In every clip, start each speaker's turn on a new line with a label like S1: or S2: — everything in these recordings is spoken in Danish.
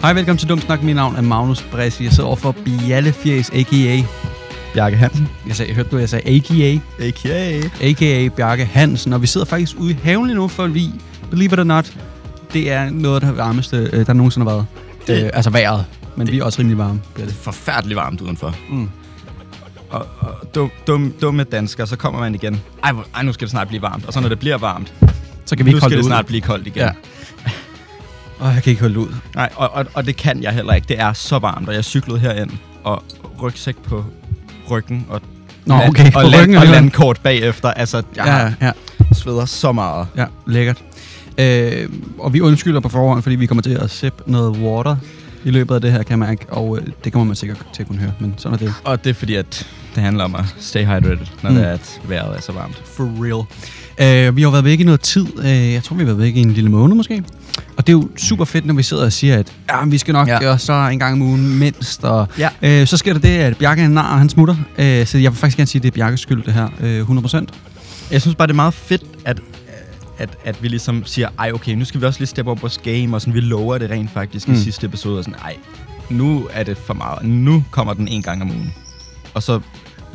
S1: Hej, velkommen til Dumsnak. Mit navn er Magnus Bressi. Jeg sidder overfor Bialle Fjes, a.k.a.
S2: Bjarke Hansen.
S1: Jeg sagde, hørte du, jeg sagde a.k.a.
S2: A.k.a.
S1: a.k.a. Bjarke Hansen. Og vi sidder faktisk ude i haven lige nu, for vi, believe it or not, det er noget af det varmeste, øh, der nogensinde har været.
S2: Det-
S1: Øh, altså vejret. Men det. vi er også rimelig varme. Bialle.
S2: Det er forfærdeligt varmt udenfor.
S1: Mm.
S2: Og, og dum, dum, dumme danskere, så kommer man igen. Ej, hvor- ej, nu skal det snart blive varmt. Og så når det bliver varmt,
S1: Så kan vi ikke
S2: nu
S1: holde
S2: skal det
S1: ud.
S2: snart blive koldt igen.
S1: Ja. Åh, jeg kan ikke holde det ud.
S2: Nej, og, og, og det kan jeg heller ikke. Det er så varmt, og jeg cyklede herind, og rygsæk på ryggen, og,
S1: Nå,
S2: land-
S1: okay.
S2: og,
S1: På
S2: land,
S1: ryggen
S2: og
S1: alligevel.
S2: landkort bagefter. Altså, jeg ja.
S1: Ja, ja,
S2: sveder så meget.
S1: ja. Lækkert. Øh, og vi undskylder på forhånd, fordi vi kommer til at sippe noget water i løbet af det her, kan man ikke. Og øh, det kommer man sikkert til at kunne høre, men sådan er det.
S2: Og det er fordi, at det handler om at stay hydrated, når
S1: Mm.
S2: mm. det er, at vejret er så varmt.
S1: For real. Uh, vi har jo været væk i noget tid. Uh, jeg tror, vi har været væk i en lille måned måske. Og det er jo super fedt, når vi sidder og siger, at ja, vi skal nok ja.
S2: Ja.
S1: gøre så en gang om ugen mindst. Og,
S2: Ja.
S1: uh, så sker der det, at Bjarke er en nar, og han smutter. Uh, så jeg vil faktisk gerne sige, at det er Bjarkes skyld, det her. Uh, 100%.
S2: Jeg synes bare, det er meget fedt, at, at, at vi ligesom siger, ej okay, nu skal vi også lige steppe op vores game, og sådan, vi lover det rent faktisk mm.
S1: Mm.
S2: i sidste episode, og sådan, ej, nu er det for meget, nu kommer den en gang om ugen. Og så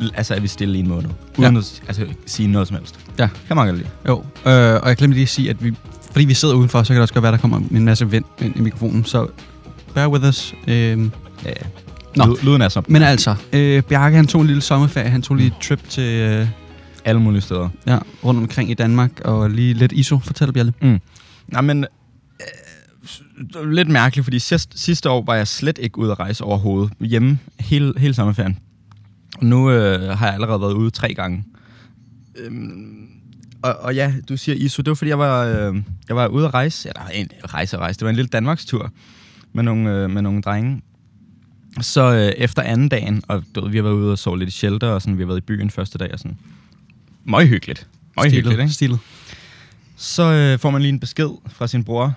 S2: l- altså, er vi stille i en måned, uden
S1: Ja.
S2: ja. at s- altså, sige noget som helst.
S1: Ja.
S2: Kan man godt lide.
S1: Jo, øh, og jeg glemte lige at sige, at vi, fordi vi sidder udenfor, så kan det også godt være, at der kommer en masse vind ind i mikrofonen, så bear with us. Øh,
S2: Ja, ja.
S1: Nå.
S2: Lyd- Lyden er sådan
S1: men altså, øh, Bjarke han tog en lille sommerferie, han tog lige et trip til øh,
S2: alle mulige steder.
S1: ja, rundt omkring i Danmark, og lige lidt ISO, fortæl Bjarke.
S2: Nej, men øh, det var lidt mærkeligt, fordi sidst, sidste år var jeg slet ikke ude at rejse overhovedet. Hjemme hele, hele sommerferien. Og nu øh, har jeg allerede været ude tre gange. Øhm, og, og ja, du siger ISO, det var fordi, jeg var, øh, jeg var ude at rejse. Eller en rejse og rejse. Det var en lille Danmarkstur med nogle, øh, med nogle drenge. Så øh, efter anden dagen, og du ved, vi har været ude og sovet lidt i shelter, og sådan, vi har været i byen første dag, og sådan. Møg hyggeligt. Møg
S1: Stilet,
S2: hyggeligt, ikke?
S1: Stilet.
S2: så øh, får man lige en besked fra sin bror.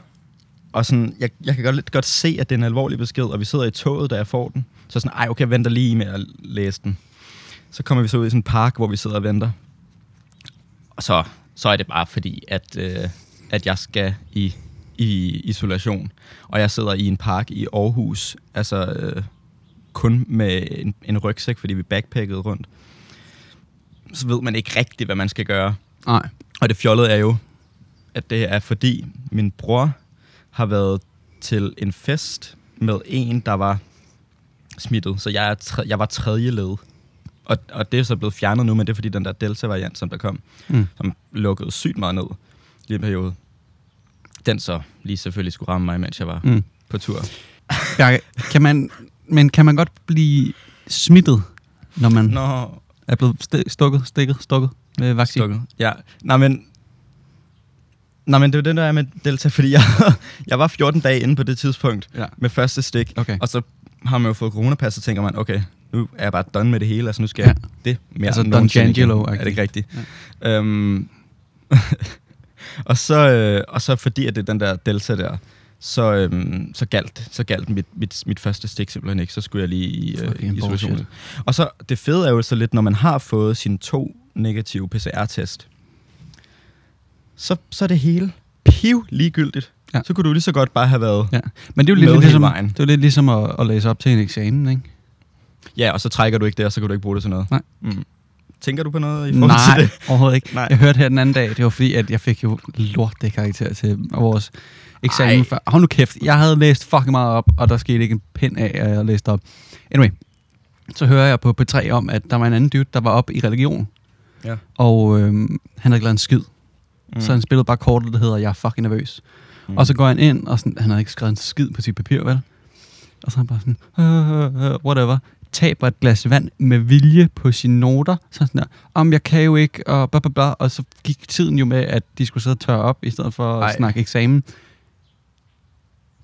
S2: Og sådan, jeg, jeg kan godt, lidt godt se, at det er en alvorlig besked, og vi sidder i toget, da jeg får den. Så sådan, ej, okay, jeg venter lige med at læse den. Så kommer vi så ud i sådan en park, hvor vi sidder og venter. Og så, så er det bare fordi, at, øh, at jeg skal i, i isolation. Og jeg sidder i en park i Aarhus, altså øh, kun med en, en rygsæk, fordi vi backpackede rundt. Så ved man ikke rigtigt, hvad man skal gøre.
S1: Nej.
S2: Og det fjollede er jo, at det er fordi min bror har været til en fest med en, der var smittet. Så jeg, er tre, jeg var tredje led. Og, og det er så blevet fjernet nu, men det er fordi den der Delta-variant, som der kom,
S1: Mm.
S2: som lukkede sygt meget ned lige i en periode, den så lige selvfølgelig skulle ramme mig, mens jeg var
S1: Mm.
S2: mm. på tur.
S1: Bjarke, kan man, men kan man godt blive smittet, når man Nå.
S2: Nå,
S1: er blevet st- stukket, stikket, stukket med vaccine?
S2: Stukket. Ja, nej, men... Nej, men det er jo den der er med Delta, fordi jeg, jeg var 14 dage inde på det tidspunkt
S1: Ja.
S2: med første stik.
S1: Okay.
S2: Og så har man jo fået coronapas, så tænker man, okay, nu er jeg bare done med det hele, altså nu skal
S1: Ja.
S2: ja. jeg det mere
S1: Altså
S2: end
S1: Don
S2: nogensinde igen.
S1: Jangelo-agtigt.
S2: Er det ikke rigtigt? Ja. Øhm, og, så, øh, og så fordi, at det er den der Delta der, så, øhm, så galt, så galt mit, mit, mit første stik simpelthen ikke. Så skulle jeg lige i
S1: Fucking
S2: øh,
S1: bullshit.
S2: isolation. Og så det fede er jo så lidt, når man har fået sine to negative PCR-test, så, så er det hele piv ligegyldigt.
S1: Ja.
S2: Ja. Så kunne du lige så godt bare have været...
S1: Ja. Men det er jo lidt,
S2: Med
S1: lidt
S2: hele
S1: ligesom,
S2: vejen.
S1: det er jo lidt ligesom at, at læse op til en eksamen, ikke?
S2: Ja, og så trækker du ikke det, og så kan du ikke bruge det til noget.
S1: Nej.
S2: Mm. Tænker du på noget i forhold
S1: Nej,
S2: til det?
S1: overhovedet ikke. Nej.
S2: Nej.
S1: Jeg hørte her den anden dag, det var fordi, at jeg fik jo lorte karakter til vores eksamen.
S2: Ej.
S1: Før. Hold nu kæft, jeg havde læst fucking meget op, og der skete ikke en pind af, at jeg læste op. Anyway, så hører jeg på P3 om, at der var en anden dude, der var op i religion,
S2: Ja.
S1: og øhm, han havde ikke lavet en skid. Mm.
S2: Mm.
S1: Så han spillede bare kortet, der hedder, jeg er fucking nervøs. Mm. Og så går han ind, og sådan, han havde ikke skrevet en skid på sit papir, vel? Og så er han bare sådan, øh, øh, øh, whatever, taber et glas vand med vilje på sine noter. Så er han sådan der, om jeg kan jo ikke, og bla bla bla. Og så gik tiden jo med, at de skulle sidde og tørre op, i stedet for at
S2: Ej.
S1: snakke eksamen.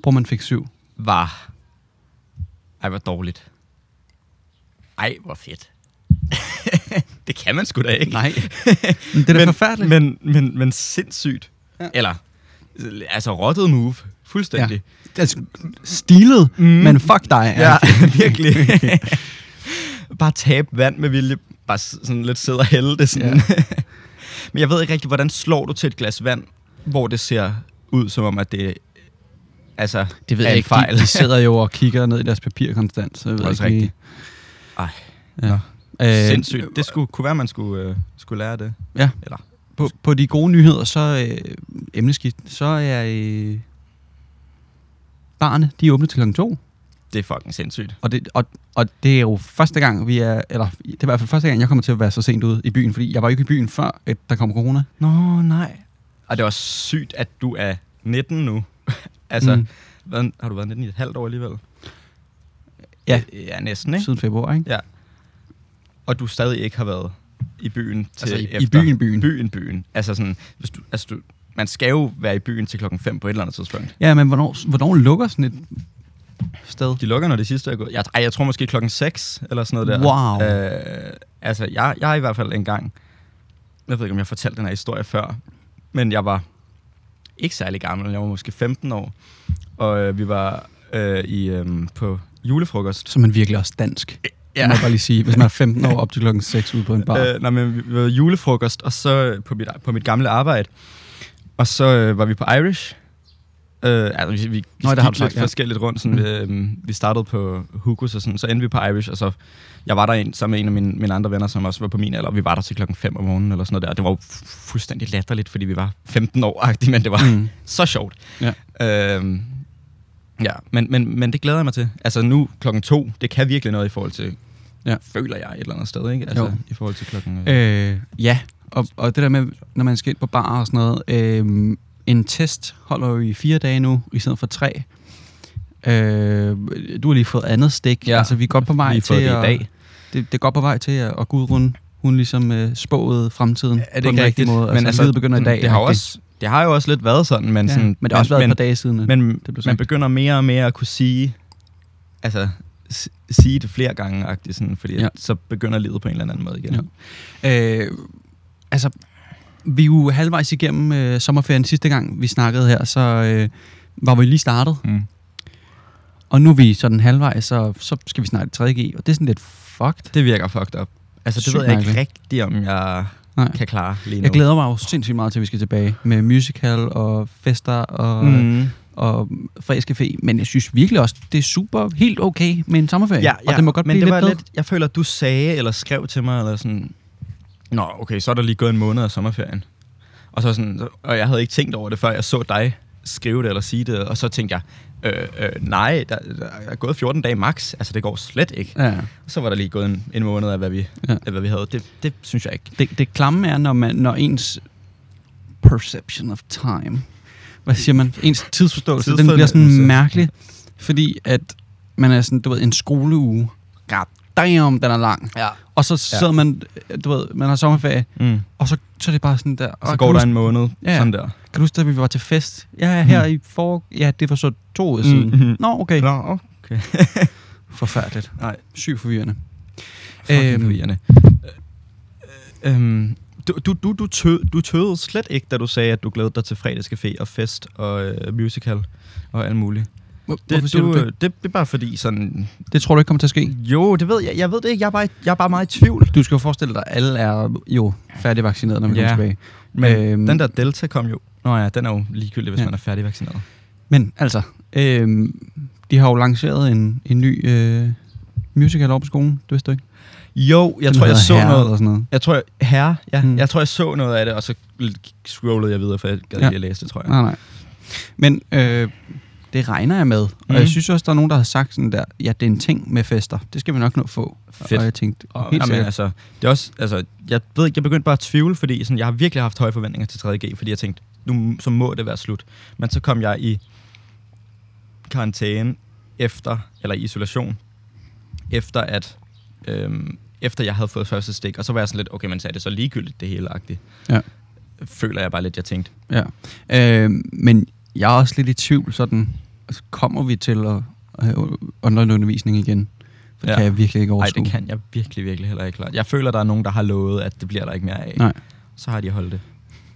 S1: Bror, man fik syv.
S2: Var. Ej, hvor dårligt. Ej, hvor fedt. det kan man sgu da ikke.
S1: Nej. Men det er da
S2: men,
S1: forfærdeligt.
S2: Men, men, men sindssygt.
S1: Ja.
S2: Ja. Eller, altså rottet move. Fuldstændig.
S1: Altså, stilet, mm.
S2: Mm.
S1: men fuck dig.
S2: Ja, ja virkelig. bare tabe vand med vilje. Bare s- sådan lidt sidde og hælde det sådan.
S1: Ja.
S2: Ja. Men jeg ved ikke rigtig, hvordan slår du til et glas vand, hvor det ser ud som om, at det altså,
S1: Det ved
S2: er
S1: jeg
S2: en
S1: ikke.
S2: fejl.
S1: De, de sidder jo og kigger ned i deres papir konstant, så jeg ved
S2: Det er også
S1: ikke lige-
S2: rigtigt.
S1: Ja.
S2: Ej. Nå.
S1: Øh,
S2: Sindssygt. Det skulle, kunne være, man skulle, øh, skulle lære det.
S1: Ja.
S2: Eller,
S1: På, på de gode nyheder, så øh, emneskift, så er øh, barne, de er åbne til kl. 2.
S2: det er fucking sindssygt.
S1: Og det, og, og det er jo første gang, vi er, eller det er i hvert fald første gang, jeg kommer til at være så sent ude i byen, fordi jeg var jo ikke i byen før, at der kom corona.
S2: Nå, nej. Og det er også sygt, at du er 19 nu. altså,
S1: Mm.
S2: mm. hvad, har du været 19 i et halvt år alligevel? Øh,
S1: Ja.
S2: Ja, næsten, ikke?
S1: Siden februar, ikke?
S2: Ja. Og du stadig ikke har været i byen til
S1: Altså, i- i
S2: efter.
S1: byen, byen.
S2: Byen, byen. Altså sådan, hvis du, altså du, man skal jo være i byen til klokken 5 på et eller andet tidspunkt.
S1: Ja, men hvornår, hvornår lukker sådan et sted?
S2: De lukker, når det sidste er gået. Jeg, ej, jeg tror måske klokken 6 eller sådan noget
S1: Wow.
S2: der. Øh, altså, jeg, jeg er i hvert fald engang... Jeg ved ikke, om jeg fortalte den her historie før, men jeg var ikke særlig gammel. Jeg var måske 15 år, og øh, vi var øh, i, øh, på julefrokost.
S1: Så er man virkelig også dansk. Ja. Det
S2: Ja.
S1: må jeg bare lige sige. Hvis man er 15 år op til klokken 6 ude på en bar. Øh.
S2: Øh, nej, men vi vi var julefrokost, og så øh, på mit, på mit gamle arbejde. Og så øh, var vi på Irish. Øh, altså, vi, vi, vi
S1: Nå, det har
S2: gik
S1: du sagt,
S2: lidt
S1: ja. Mm.
S2: forskelligt rundt. Sådan, øh, vi startede på Hugos, og sådan, så endte vi på Irish, og så jeg var der en, sammen med en af mine, mine andre venner, som også var på min alder, og vi var der til klokken 5 om morgenen, eller sådan noget der. Og det var jo fu- fuldstændig latterligt, fordi vi var 15 år men det var
S1: Mm.
S2: mm. så sjovt.
S1: Ja.
S2: Øhm, ja, men, men, men det glæder jeg mig til. Altså nu klokken to, det kan virkelig noget i forhold til,
S1: Ja.
S2: ja. føler jeg et eller andet sted, ikke? Altså
S1: Jo.
S2: jo. i forhold til klokken... Øh.
S1: Øh, ja, og, og det der med, når man skal ind på bar og sådan noget. Øh, en test holder jo i fire dage nu, i stedet for tre. Øh, du har lige fået andet stik.
S2: Ja,
S1: altså, vi er godt på vej
S2: lige
S1: til
S2: fået det i
S1: at,
S2: dag.
S1: Det, det er godt på vej til at, at Gudrun, hun ligesom øh, spåede fremtiden
S2: Er
S1: på
S2: det
S1: den
S2: ikke rigtigt? mm,
S1: rigtige måde. Men altså, livet begynder i dag.
S2: Det har,
S1: agtigt.
S2: også, det har jo også lidt været sådan, men...
S1: ja,
S2: sådan,
S1: men det har også været
S2: men,
S1: et par dage siden. at-
S2: Men det
S1: blev
S2: man
S1: sagt.
S2: begynder mere og mere at kunne sige... Altså, s- sige det flere gange, agtigt, sådan, fordi
S1: Ja.
S2: ja. så begynder livet på en eller anden måde igen.
S1: Ja. Øh, altså, vi er jo halvvejs igennem øh, sommerferien. Sidste gang, vi snakkede her, så øh, var vi lige startet.
S2: Mm.
S1: Og nu er vi sådan halvvejs, og så skal vi snart i 3G. Og det er sådan lidt fucked.
S2: Det virker fucked up. Altså, det
S1: Sygt
S2: ved jeg ikke
S1: mærkeligt.
S2: rigtigt, om jeg
S1: Nej.
S2: kan klare lige nu.
S1: Jeg glæder mig jo sindssygt meget til, at vi skal tilbage med musical og fester og, mm.
S2: Mm.
S1: og fræscafé. Men jeg synes virkelig også, det er super helt okay med en sommerferie.
S2: Ja, ja,
S1: og det må godt
S2: men
S1: blive
S2: det
S1: lidt,
S2: var
S1: bedre.
S2: lidt Jeg føler, at du sagde eller skrev til mig, eller sådan, Nå, okay, så er der lige gået en måned af sommerferien. Og, så sådan, og jeg havde ikke tænkt over det, før jeg så dig skrive det eller sige det, og så tænkte jeg, øh, øh, nej, der, der er gået 14 dage max, altså det går slet ikke. Ja.
S1: Ja.
S2: Så var der lige gået en, en måned af, hvad vi,
S1: Ja.
S2: ja. af, hvad vi havde. Det, det synes jeg ikke.
S1: Det, det klamme er, når, man, når ens perception of time, hvad siger man, ens tidsforståelse, den bliver sådan
S2: Tidsfornemmelse.
S1: mærkelig, fordi at man er sådan, du ved, en skoleuge. God damn, den er lang.
S2: Ja.
S1: Og så sidder ja. man, du ved, man har sommerferie,
S2: Mm.
S1: og så, så er det bare sådan der.
S2: Og så
S1: "Åh,
S2: går
S1: kan
S2: der
S1: du
S2: en måned,
S1: Ja.
S2: ja. sådan der.
S1: Kan du huske, da vi var til fest? Ja, her mm. i for... Ja, det var så to år siden. Mm,
S2: Mhm.
S1: mm. Nå, okay.
S2: Nå, okay.
S1: Forfærdeligt.
S2: Nej.
S1: Sygt forvirrende.
S2: Fucking
S1: Øhm.
S2: øhm, øhm, du, du, du, du, tø, du tøvede slet ikke, da du sagde, at du glædede dig til fredagscafé og fest og øh, musical og alt muligt.
S1: Hvor, det, hvorfor
S2: Det,
S1: siger
S2: du,
S1: du, det?
S2: det? det er bare fordi sådan...
S1: Det tror du ikke kommer til at ske?
S2: Jo, det ved jeg. Jeg ved det ikke. Jeg er bare, jeg er bare meget i tvivl.
S1: Du skal jo forestille dig, at alle er jo færdigvaccineret, når vi
S2: Ja.
S1: kommer tilbage.
S2: Men
S1: Øhm.
S2: øhm. den der Delta kom jo... Nå ja, den er jo ligegyldig, hvis
S1: Ja.
S2: ja. man er færdigvaccineret.
S1: Men altså, øh, de har jo lanceret en, en ny øh, musical over på skolen. Det vidste du ikke?
S2: Jo, jeg
S1: Den
S2: tror, jeg
S1: hedder
S2: så
S1: Herre
S2: noget...
S1: Eller sådan noget.
S2: Jeg tror, jeg, herre, ja.
S1: Mm.
S2: Mm. Jeg tror, jeg så noget af det, og så scrollede jeg videre, for jeg gad
S1: Ja.
S2: ja. lige at læse det, tror jeg.
S1: Nej, nej. Men øh, det regner jeg med. Og
S2: Mhm.
S1: jeg synes også, der er nogen, der har sagt sådan der, ja, det er en ting med fester. Det skal vi nok nå få.
S2: Fedt.
S1: Og jeg tænkte,
S2: Og,
S1: helt
S2: helt jamen,
S1: sikkert.
S2: altså, det er også, altså, jeg ved ikke, jeg begyndte bare at tvivle, fordi sådan, jeg har virkelig haft høje forventninger til 3.G, fordi jeg tænkte, nu så må det være slut. Men så kom jeg i karantæne efter, eller i isolation, efter at, øhm, efter jeg havde fået første stik, og så var jeg sådan lidt, okay, men så er det så ligegyldigt det hele agtigt.
S1: Ja.
S2: Føler jeg bare lidt, jeg tænkte.
S1: Ja. Øh, men jeg er også lidt i tvivl, sådan, altså, kommer vi til at, at have online-undervisning igen? For det
S2: Ja.
S1: kan jeg virkelig ikke
S2: Nej,
S1: overskue.
S2: det kan jeg virkelig, virkelig heller ikke klart. Jeg føler, der er nogen, der har lovet, at det bliver der ikke mere af.
S1: Nej,
S2: Så har de holdt det.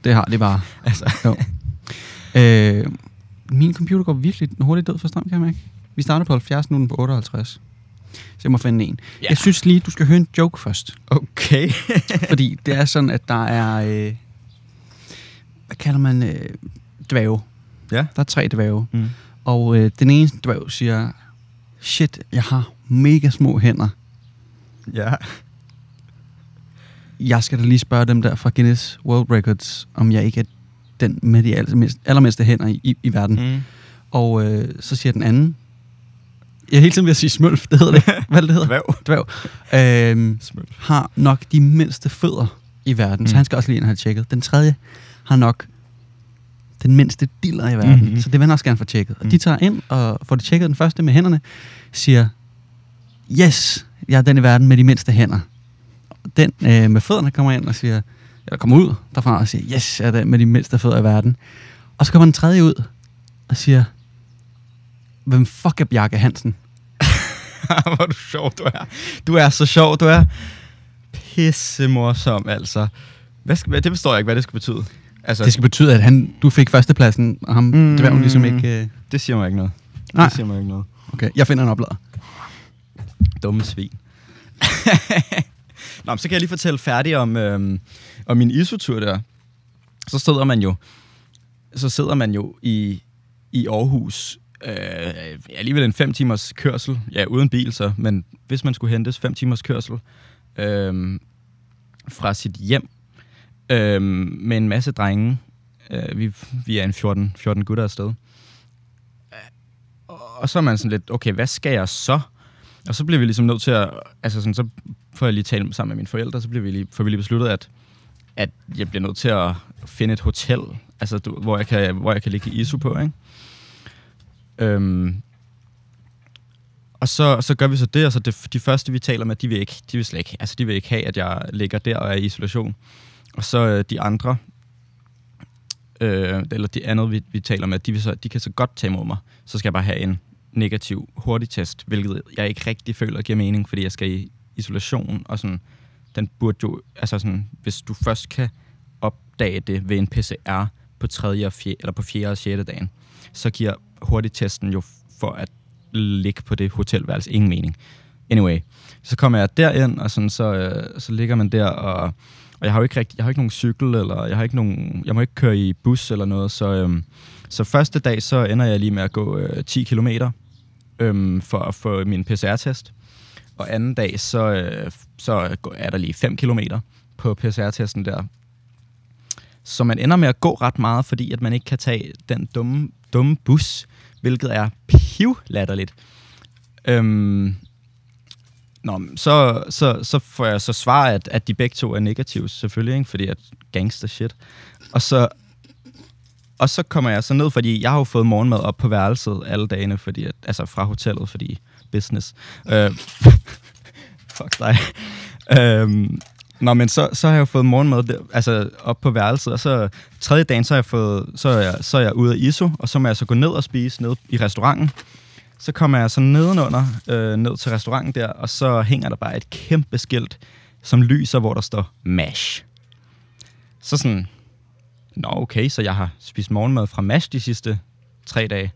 S1: det har det bare.
S2: Altså,
S1: Jo. øh, min computer går virkelig hurtigt død for strøm, kan jeg mærke. Vi starter på 70, nu er den på 58. Så jeg må finde en.
S2: Ja.
S1: Jeg synes lige, du skal høre en joke først.
S2: okay.
S1: Fordi det er sådan, at der er... Øh, hvad kalder man... Øh, dvæve.
S2: ja.
S1: Der er tre dvæve.
S2: Mm.
S1: Og øh, den ene dværg siger, shit, jeg har mega små hænder.
S2: Ja.
S1: Jeg skal da lige spørge dem der fra Guinness World Records, om jeg ikke er den med de allermest, allermeste hænder i, i, i verden. Mm.
S2: Mm.
S1: Og øh, så siger den anden, jeg er hele tiden ved at sige smølf, det hedder det. Hvad er det det hedder?
S2: Dværg.
S1: Dværg. Øhm,
S2: Smøl.
S1: har nok de mindste fødder i verden, mm. så
S2: Mm.
S1: han skal også lige ind og have tjekket. Den tredje har nok den mindste diller i verden, mm-hmm.
S2: Mhm.
S1: så det vil han også gerne få tjekket. Og de
S2: Mm.
S1: tager ind og får det tjekket den første med hænderne, siger, yes, jeg er den i verden med de mindste hænder. Og Den øh, med fødderne kommer ind og siger, eller kommer ud derfra og siger, yes, jeg er den med de mindste fødder i verden. Og så kommer den tredje ud og siger, hvem fuck er Bjarke Hansen?
S2: Hvor er du sjov, du er. Du er så sjov, du er. Pissemorsom, altså. Hvad skal, hvad, det forstår jeg ikke, hvad det skal betyde. Altså,
S1: Det skal betyde, at han, du fik førstepladsen, og ham, mm.
S2: Mm.
S1: det var hun ligesom ikke... Øh,
S2: det siger mig ikke noget.
S1: Nej.
S2: Det siger mig ikke noget.
S1: Okay, jeg finder en oplader.
S2: Dumme svin. Nå, men så kan jeg lige fortælle færdig om, øhm, om min isotur der. Så sidder man jo, så sidder man jo i, i Aarhus, øh, alligevel en 5 timers kørsel, ja uden bil så, men hvis man skulle hentes 5 timers kørsel øh, fra sit hjem øh, med en masse drenge, øh, vi, vi er en 14, 14 gutter afsted. Øh, Og så er man sådan lidt, okay, hvad skal jeg så? Og så bliver vi ligesom nødt til at, altså sådan, så får jeg lige talt sammen med mine forældre, så bliver vi lige, får vi lige besluttet, at, at jeg bliver nødt til at finde et hotel, altså du, hvor, jeg kan, hvor jeg kan ligge i ISO på, ikke? Øhm, og så, så gør vi så det, og så det, de første, vi taler med, de vil, ikke, de vil slet ikke, altså de vil ikke have, at jeg ligger der og er i isolation. Og så øh, de andre, øh, eller de andre, vi, vi taler med, de, vil så, de kan så godt tage imod mig. Så skal jeg bare have en negativ hurtig test, hvilket jeg ikke rigtig føler giver mening, fordi jeg skal i isolation, og sådan, den burde jo, altså sådan, hvis du først kan opdage det ved en PCR på 3. Og 4, eller på 4. og 6. dagen, så giver hurtigtesten jo for at ligge på det hotelværelse ingen mening. Anyway, så kommer jeg derind, og sådan, så, øh, så ligger man der, og, og jeg har jo ikke, rigtig, jeg har ikke nogen cykel, eller jeg, har ikke nogen, jeg må ikke køre i bus eller noget, så, øhm, så første dag, så ender jeg lige med at gå øh, 10 kilometer, øhm, for at få min PCR-test. Og anden dag, så, øh, så går- er der lige 5 km på PCR-testen der. Så man ender med at gå ret meget, fordi at man ikke kan tage den dumme, dumme bus, hvilket er pivlatterligt. Øhm, nå, men så, så, så får jeg så svar, at, at de begge to er negative, selvfølgelig, ikke? fordi at gangster shit. Og så, og så kommer jeg så ned, fordi jeg har jo fået morgenmad op på værelset alle dagene, fordi at, altså fra hotellet, fordi business. Øh, fuck dig. Øhm, nå, men så, så har jeg jo fået morgenmad der, altså op på værelset, og så tredje dagen, så er jeg, fået, så er jeg, så er jeg ude af ISO, og så må jeg så gå ned og spise ned i restauranten. Så kommer jeg så nedenunder, øh, ned til restauranten der, og så hænger der bare et kæmpe skilt, som lyser, hvor der står MASH. Så sådan, Nå, okay, så jeg har spist morgenmad fra MASH de sidste tre dage.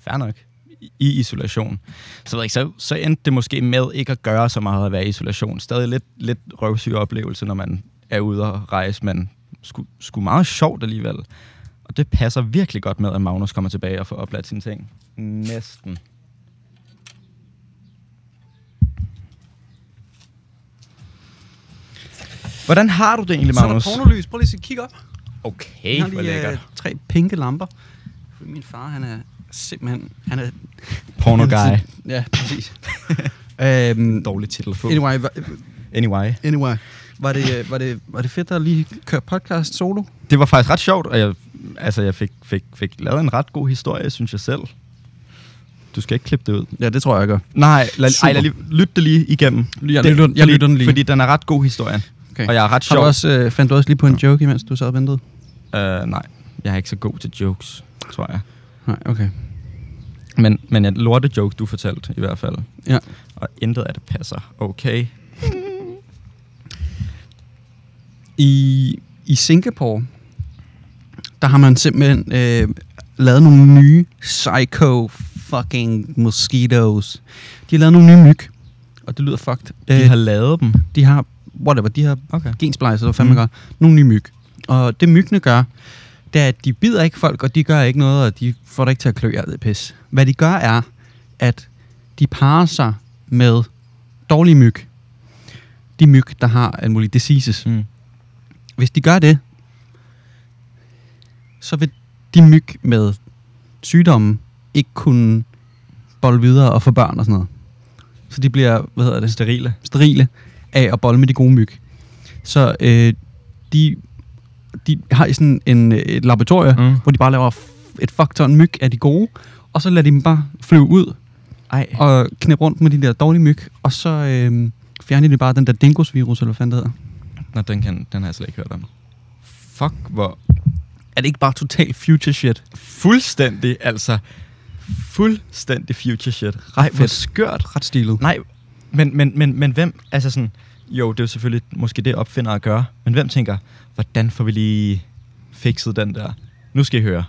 S2: Fair nok. I- I isolation. Så, ved jeg, ikke, så, så endte det måske med ikke at gøre så meget at være i isolation. Stadig lidt, lidt røvsyg oplevelse, når man er ude og rejse, men sku, sku meget sjovt alligevel. Og det passer virkelig godt med, at Magnus kommer tilbage og får opladt sine ting. Næsten. Hvordan har du det egentlig, Magnus?
S1: pornolys. Prøv lige at kigge op.
S2: Okay, hvor lækkert.
S1: øh, tre pinke lamper. Min far, han er simpelthen... Han er...
S2: Porno guy.
S1: Ja, præcis. øhm,
S2: Dårlig titel. Få.
S1: anyway, var-
S2: Anyway.
S1: anyway. Var det, øh, var, det, var det fedt at lige køre podcast solo?
S2: Det var faktisk ret sjovt, og jeg, altså, jeg fik, fik, fik lavet en ret god historie, synes jeg selv. Du skal ikke klippe det ud.
S1: Ja, det tror jeg, jeg gør.
S2: Nej, lad,
S1: Super.
S2: ej, lad, lige- lyt det lige igennem.
S1: Jeg lytter den- jeg lytter den lige.
S2: Fordi den er ret god historien.
S1: Okay.
S2: Og jeg er ret
S1: Har
S2: sjov.
S1: du også, øh, fandt du også lige på en joke, imens du sad og ventede?
S2: Uh, nej, jeg er ikke så god til jokes, tror jeg.
S1: Nej, okay.
S2: Men, men en lorte joke, du fortalte i hvert fald.
S1: Ja.
S2: Og intet af det passer. Okay.
S1: I, i Singapore, der har man simpelthen øh, lavet nogle nye psycho fucking mosquitoes. De har lavet nogle nye myg, og det lyder fucked. Øh,
S2: De har lavet dem.
S1: de har, whatever, de har
S2: Okay.
S1: gensplejset, hvad fanden man
S2: Mm.
S1: gør, nogle nye myg. Og det myggene gør, det er, at de bider ikke folk, og de gør ikke noget, og de får dig ikke til at klø jer ved pis. Hvad de gør er, at de parer sig med dårlige myg. De myg, der har alle mulige diseases.
S2: Mm.
S1: Hvis de gør det, så vil de myg med sygdommen ikke kunne bolle videre og få børn og sådan noget. Så de bliver, hvad hedder det?
S2: Sterile.
S1: sterile af at bolle med de gode myg. Så øh, de, de har sådan en, øh, et laboratorium, mm.
S2: Mm.
S1: hvor de bare laver f- et fuck ton myg af de gode, og så lader de dem bare flyve ud
S2: Ej.
S1: og knæppe rundt med de der dårlige myg, og så øh, fjerner de bare den der dingosvirus, eller hvad fanden det hedder.
S2: Nå, den, kan, den har jeg slet ikke hørt om. Fuck, hvor
S1: Er det ikke bare total future shit?
S2: fuldstændig, altså fuldstændig future shit. Ej, hvor
S1: Fedt.
S2: skørt.
S1: Ret stilet.
S2: Nej, men, men, men, men hvem, altså sådan, jo, det er jo selvfølgelig måske det, opfinder at gøre, men hvem tænker, hvordan får vi lige fikset den der? Nu skal I høre.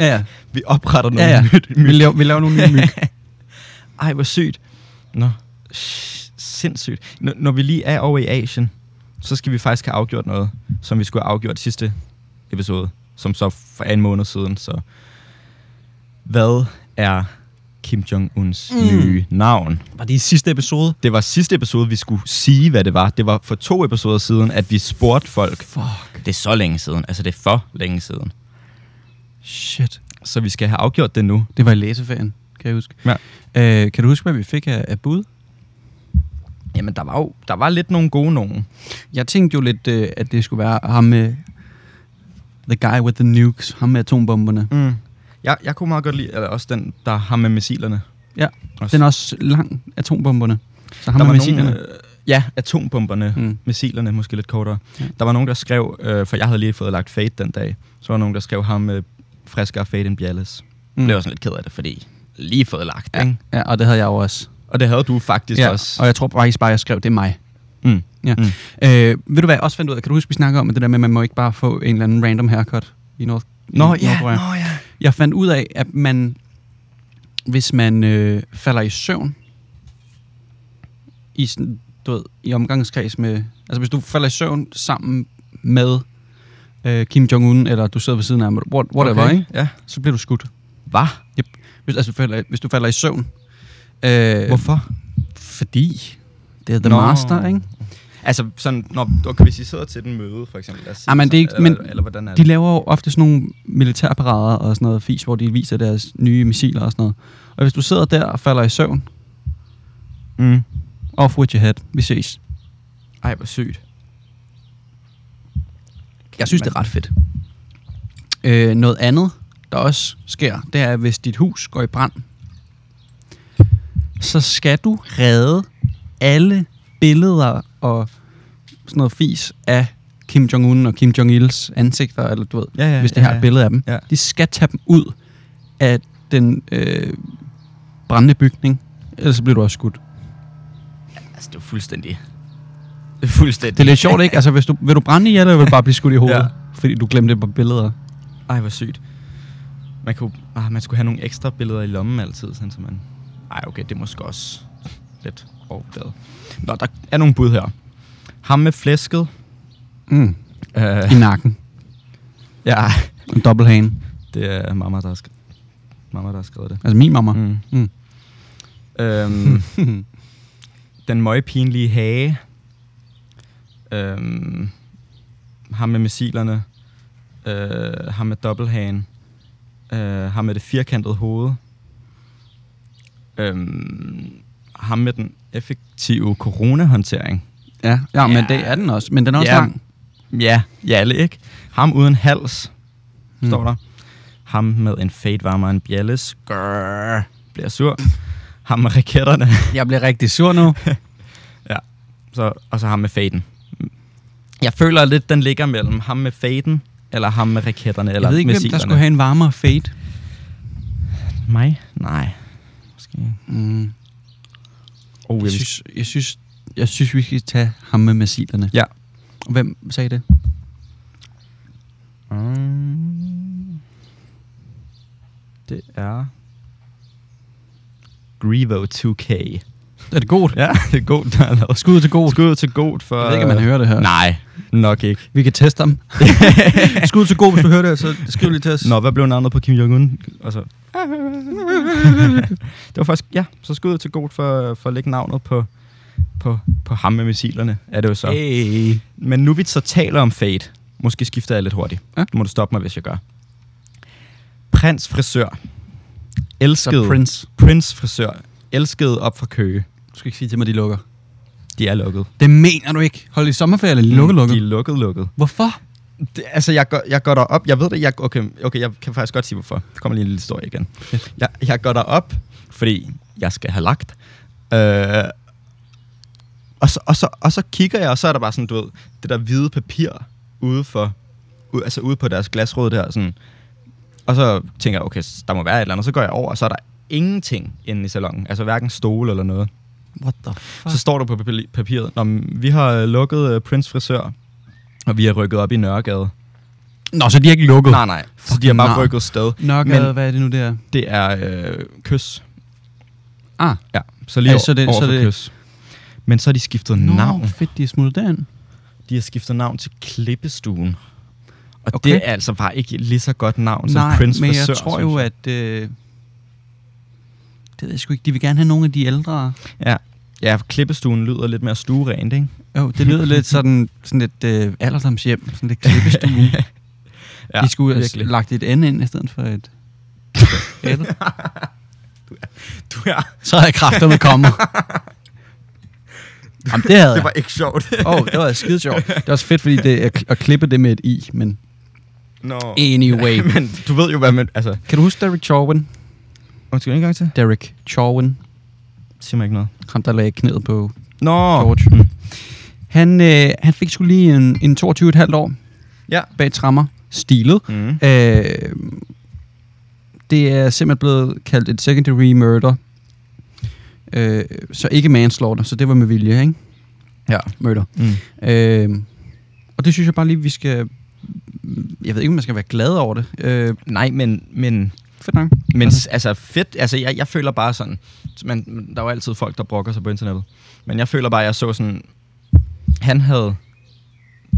S1: Ja, ja.
S2: Vi opretter noget
S1: ja, ja.
S2: nyt. nyt.
S1: Vi, laver, vi laver nogle nye myg.
S2: Ej, hvor sygt. Nå, sh- sindssygt. N- når vi lige er over i Asien, så skal vi faktisk have afgjort noget, som vi skulle have afgjort i sidste episode, som så for en måned siden. Så hvad er Kim Jong-uns
S1: Mm.
S2: mm. nye navn?
S1: Var det i sidste episode?
S2: Det var sidste episode, vi skulle sige, hvad det var. Det var for to episoder siden, at vi spurgte folk.
S1: Fuck.
S2: Det er så længe siden. Altså, det er for længe siden.
S1: Shit.
S2: Så vi skal have afgjort det nu.
S1: Det var i læseferien, kan jeg huske.
S2: Ja.
S1: Øh, kan du huske, hvad vi fik af, af bud?
S2: Jamen, der var jo der var lidt nogle gode nogen.
S1: Jeg tænkte jo lidt, øh, at det skulle være ham med... The guy with the nukes. Ham med atombomberne.
S2: Mm. Jeg, jeg kunne meget godt lide eller også den, der har med missilerne.
S1: Ja,
S2: Også.
S1: Den er også lang, atombomberne. Så ham
S2: der
S1: med
S2: var
S1: missilerne.
S2: Nogen, øh, ja, atombomberne.
S1: Mm.
S2: Mm. Missilerne, måske lidt kortere.
S1: Ja.
S2: Der var nogen, der skrev, øh, for jeg havde lige fået lagt fade den dag, så var der nogen, der skrev ham øh, friskere fade end Bialas.
S1: øh,
S2: Mm. Blev jeg sådan lidt ked af det, fordi lige fået lagt, ja. ikke?
S1: Mm. Ja, og det havde jeg jo også.
S2: Og det havde du faktisk
S1: ja,
S2: ja. også.
S1: Og jeg tror faktisk bare, jeg skrev, det er mig.
S2: Mm.
S1: Ja. Mm.
S2: Mm.
S1: Øh, ved du hvad, jeg også fandt ud af, kan du huske, vi snakker om det der med, at man må ikke bare få en eller anden random haircut i North
S2: Nå,
S1: i
S2: ja,
S1: Nordkorea.
S2: nå, ja.
S1: Jeg fandt ud af, at man, hvis man øh, falder i søvn, i, sådan, du ved, i omgangskreds med, altså hvis du falder i søvn sammen med øh, Kim Jong-un, eller du sidder ved siden af ham, what- whatever, okay. ikke?
S2: Ja. Øhm,
S1: så bliver du skudt.
S2: Hvad?
S1: Hvis, altså, falder, hvis du falder i søvn. Øh,
S2: Hvorfor?
S1: Fordi det er The
S2: Nå.
S1: Master, ikke?
S2: Altså, sådan, når, okay, hvis I sidder til den møde, for eksempel. Lad os sige
S1: Ah, men det er ikke-
S2: sådan, eller,
S1: men
S2: eller, hvordan er
S1: De
S2: det?
S1: laver jo ofte sådan nogle militærparader og sådan noget fis, hvor de viser deres nye missiler og sådan noget. Og hvis du sidder der og falder i søvn,
S2: Mm.
S1: off with your head, vi ses.
S2: Ej, hvor sygt.
S1: Jeg synes, det er ret fedt. Øh, noget andet, der også sker, det er, at hvis dit hus går i brand, så skal du redde alle billeder og sådan noget fis af Kim Jong-un og Kim Jong-ils ansigter, eller du ved,
S2: Ja, ja,
S1: hvis de
S2: ja,
S1: har et
S2: ja.
S1: billede af dem.
S2: Ja.
S1: De skal tage dem ud af den øh, brændende bygning, ellers så bliver du også skudt.
S2: Altså, det er jo fuldstændig... Det er fuldstændig...
S1: Det er lidt sjovt, ikke? Altså, hvis du, vil du brænde ihjel, eller vil du bare blive skudt i hovedet?
S2: Ja.
S1: ja. Fordi du glemte et par billeder.
S2: Ej, hvor sygt. Man, kunne, ah, man skulle have nogle ekstra billeder i lommen altid, sådan så man... Ej, okay, det er måske også lidt overvurderet. Nå, der er nogle bud her. Ham med flæsket.
S1: Mm.
S2: Øh,
S1: I nakken.
S2: ja,
S1: En dobbelthane.
S2: det er mamma, der har skrevet, mamma, der har skrevet det.
S1: Altså min mamma. Mm.
S2: Mm.
S1: Mm.
S2: Øhm, den møgpinlige hage. Øhm, ham med missilerne. Øh, ham med dobbelthagen. Øh, ham med det firkantede hoved. Øhm, ham med den effektive coronahåndtering.
S1: Ja. ja, men
S2: Ja.
S1: det er den også. Men den er også
S2: Ja.
S1: lang.
S2: Ja, Jalle, ikke? Ham uden hals,
S1: Mm.
S2: mm. står der. Ham med en fadevarmer og en bjælles. Grrr, bliver sur. Ham med raketterne.
S1: Jeg bliver rigtig sur nu.
S2: så, og så ham med faden. Jeg føler lidt, den ligger mellem ham med faden, eller ham med raketterne, eller
S1: jeg ved ikke, hvem der skulle have en varmere fade.
S2: have... Mig? Nej. Måske.
S1: Mm.
S2: Oh,
S1: Jeg, synes, jeg, synes, jeg synes, vi skal tage ham med missilerne.
S2: Ja.
S1: Og hvem sagde det?
S2: Mm. Det er... Grevo 2K.
S1: Er det godt?
S2: Ja, det er godt, der er lavet
S1: Skud til godt.
S2: skud til godt for...
S1: Jeg ved ikke, om man hører det her.
S2: Nej, Nok ikke.
S1: Vi kan teste ham. Skud til god, hvis du hører det, så skriv lige til os.
S2: Nå, hvad blev navnet på Kim Jong-un? Altså. det var faktisk, ja, så skud til god for, for at lægge navnet på, på, på ham med missilerne, er det jo så.
S1: Hey.
S2: Men nu vi så taler om Fate, måske skifter jeg lidt hurtigt.
S1: Ja.
S2: Ja. Du må du stoppe mig, hvis jeg gør. Prins frisør. Elskede.
S1: Så
S2: Prince.
S1: Prince.
S2: Prince frisør. Elskede op fra Køge.
S1: Du skal ikke sige til mig, de lukker.
S2: De er lukket.
S1: Det mener du ikke. Hold i sommerferie eller lukke, lukke.
S2: De er lukket, lukket.
S1: Hvorfor?
S2: Det, altså, jeg går, jeg går derop. Jeg ved det. Jeg, okay, okay, jeg kan faktisk godt sige, hvorfor. Der kommer lige en lille historie igen. Jeg, jeg går derop, fordi jeg skal have lagt. Øh, og, så, og, så, og så kigger jeg, og så er der bare sådan, du ved, det der hvide papir ude, for, ude, altså ude på deres glasråd der. Sådan. Og så tænker jeg, okay, s- der må være et eller andet. Så går jeg over, og så er der ingenting inde i salongen. Altså hverken stole eller noget.
S1: What the
S2: Så står der på papir- papiret, Nå, men vi har øh, lukket øh, Prince Frisør, og vi har rykket op i Nørregade.
S1: Nå, så de er ikke lukket.
S2: Nej, nej. Så de har
S1: Fucking
S2: bare
S1: nar.
S2: rykket sted.
S1: Nok,
S2: Men-
S1: men, hvad er det nu, der?
S2: Det er øh, kys.
S1: Ah.
S2: Ja, så lige
S1: Ja,
S2: ja,
S1: så
S2: så
S1: det-
S2: over
S1: så
S2: for
S1: det-
S2: kys. Men så har de skiftet Nå. navn.
S1: fedt, de er smuttet derind.
S2: De har skiftet navn til Klippestuen. Og
S1: Okay.
S2: okay. det er altså bare ikke lige så godt navn som
S1: Nej,
S2: Prince
S1: men jeg
S2: Frisør,
S1: tror
S2: synes
S1: jo, at... Øh, det ved jeg sgu ikke. De vil gerne have nogle af de ældre.
S2: Ja. ja, Klippestuen lyder lidt mere stuerent, ikke?
S1: Jo, det lyder lidt sådan, sådan lidt øh, alderdomshjem. Sådan lidt klippestue. ja, de skulle have lagt et N ind i stedet for et... et.
S2: Du er,
S1: Så havde jeg kræfter med kommer. Jamen, det havde
S2: det
S1: jeg.
S2: var ikke sjovt.
S1: Åh, oh, det var skide sjovt. Det er også fedt, fordi det er kl- at klippe det med et i, men
S2: Nå.
S1: anyway.
S2: Men du ved jo, hvad man... Altså,
S1: Kan du huske Derek Chauvin?
S2: undskyld, en gang til.
S1: Derek Chauvin,
S2: Sig mig ikke noget.
S1: ham der lagde knæet på
S2: Nå.
S1: George.
S2: Mm.
S1: Han, øh, han fik skulle lige en, en 22,5 år
S2: Ja.
S1: bag trammer, stilet.
S2: Mm.
S1: Øh, det er simpelthen blevet kaldt et secondary murder. Øh, så ikke manslaughter, så det var med vilje, ikke?
S2: Ja.
S1: Murder.
S2: Mm.
S1: Øh, og det synes jeg bare lige, vi skal... Jeg ved ikke, om man skal være glad over det. Øh,
S2: Nej, men, men
S1: fedt nok.
S2: Men
S1: Altså-
S2: s- altså fedt, altså jeg, jeg føler bare sådan, man, man- der er jo altid folk, der brokker sig på internettet, men jeg føler bare, at jeg så sådan, han havde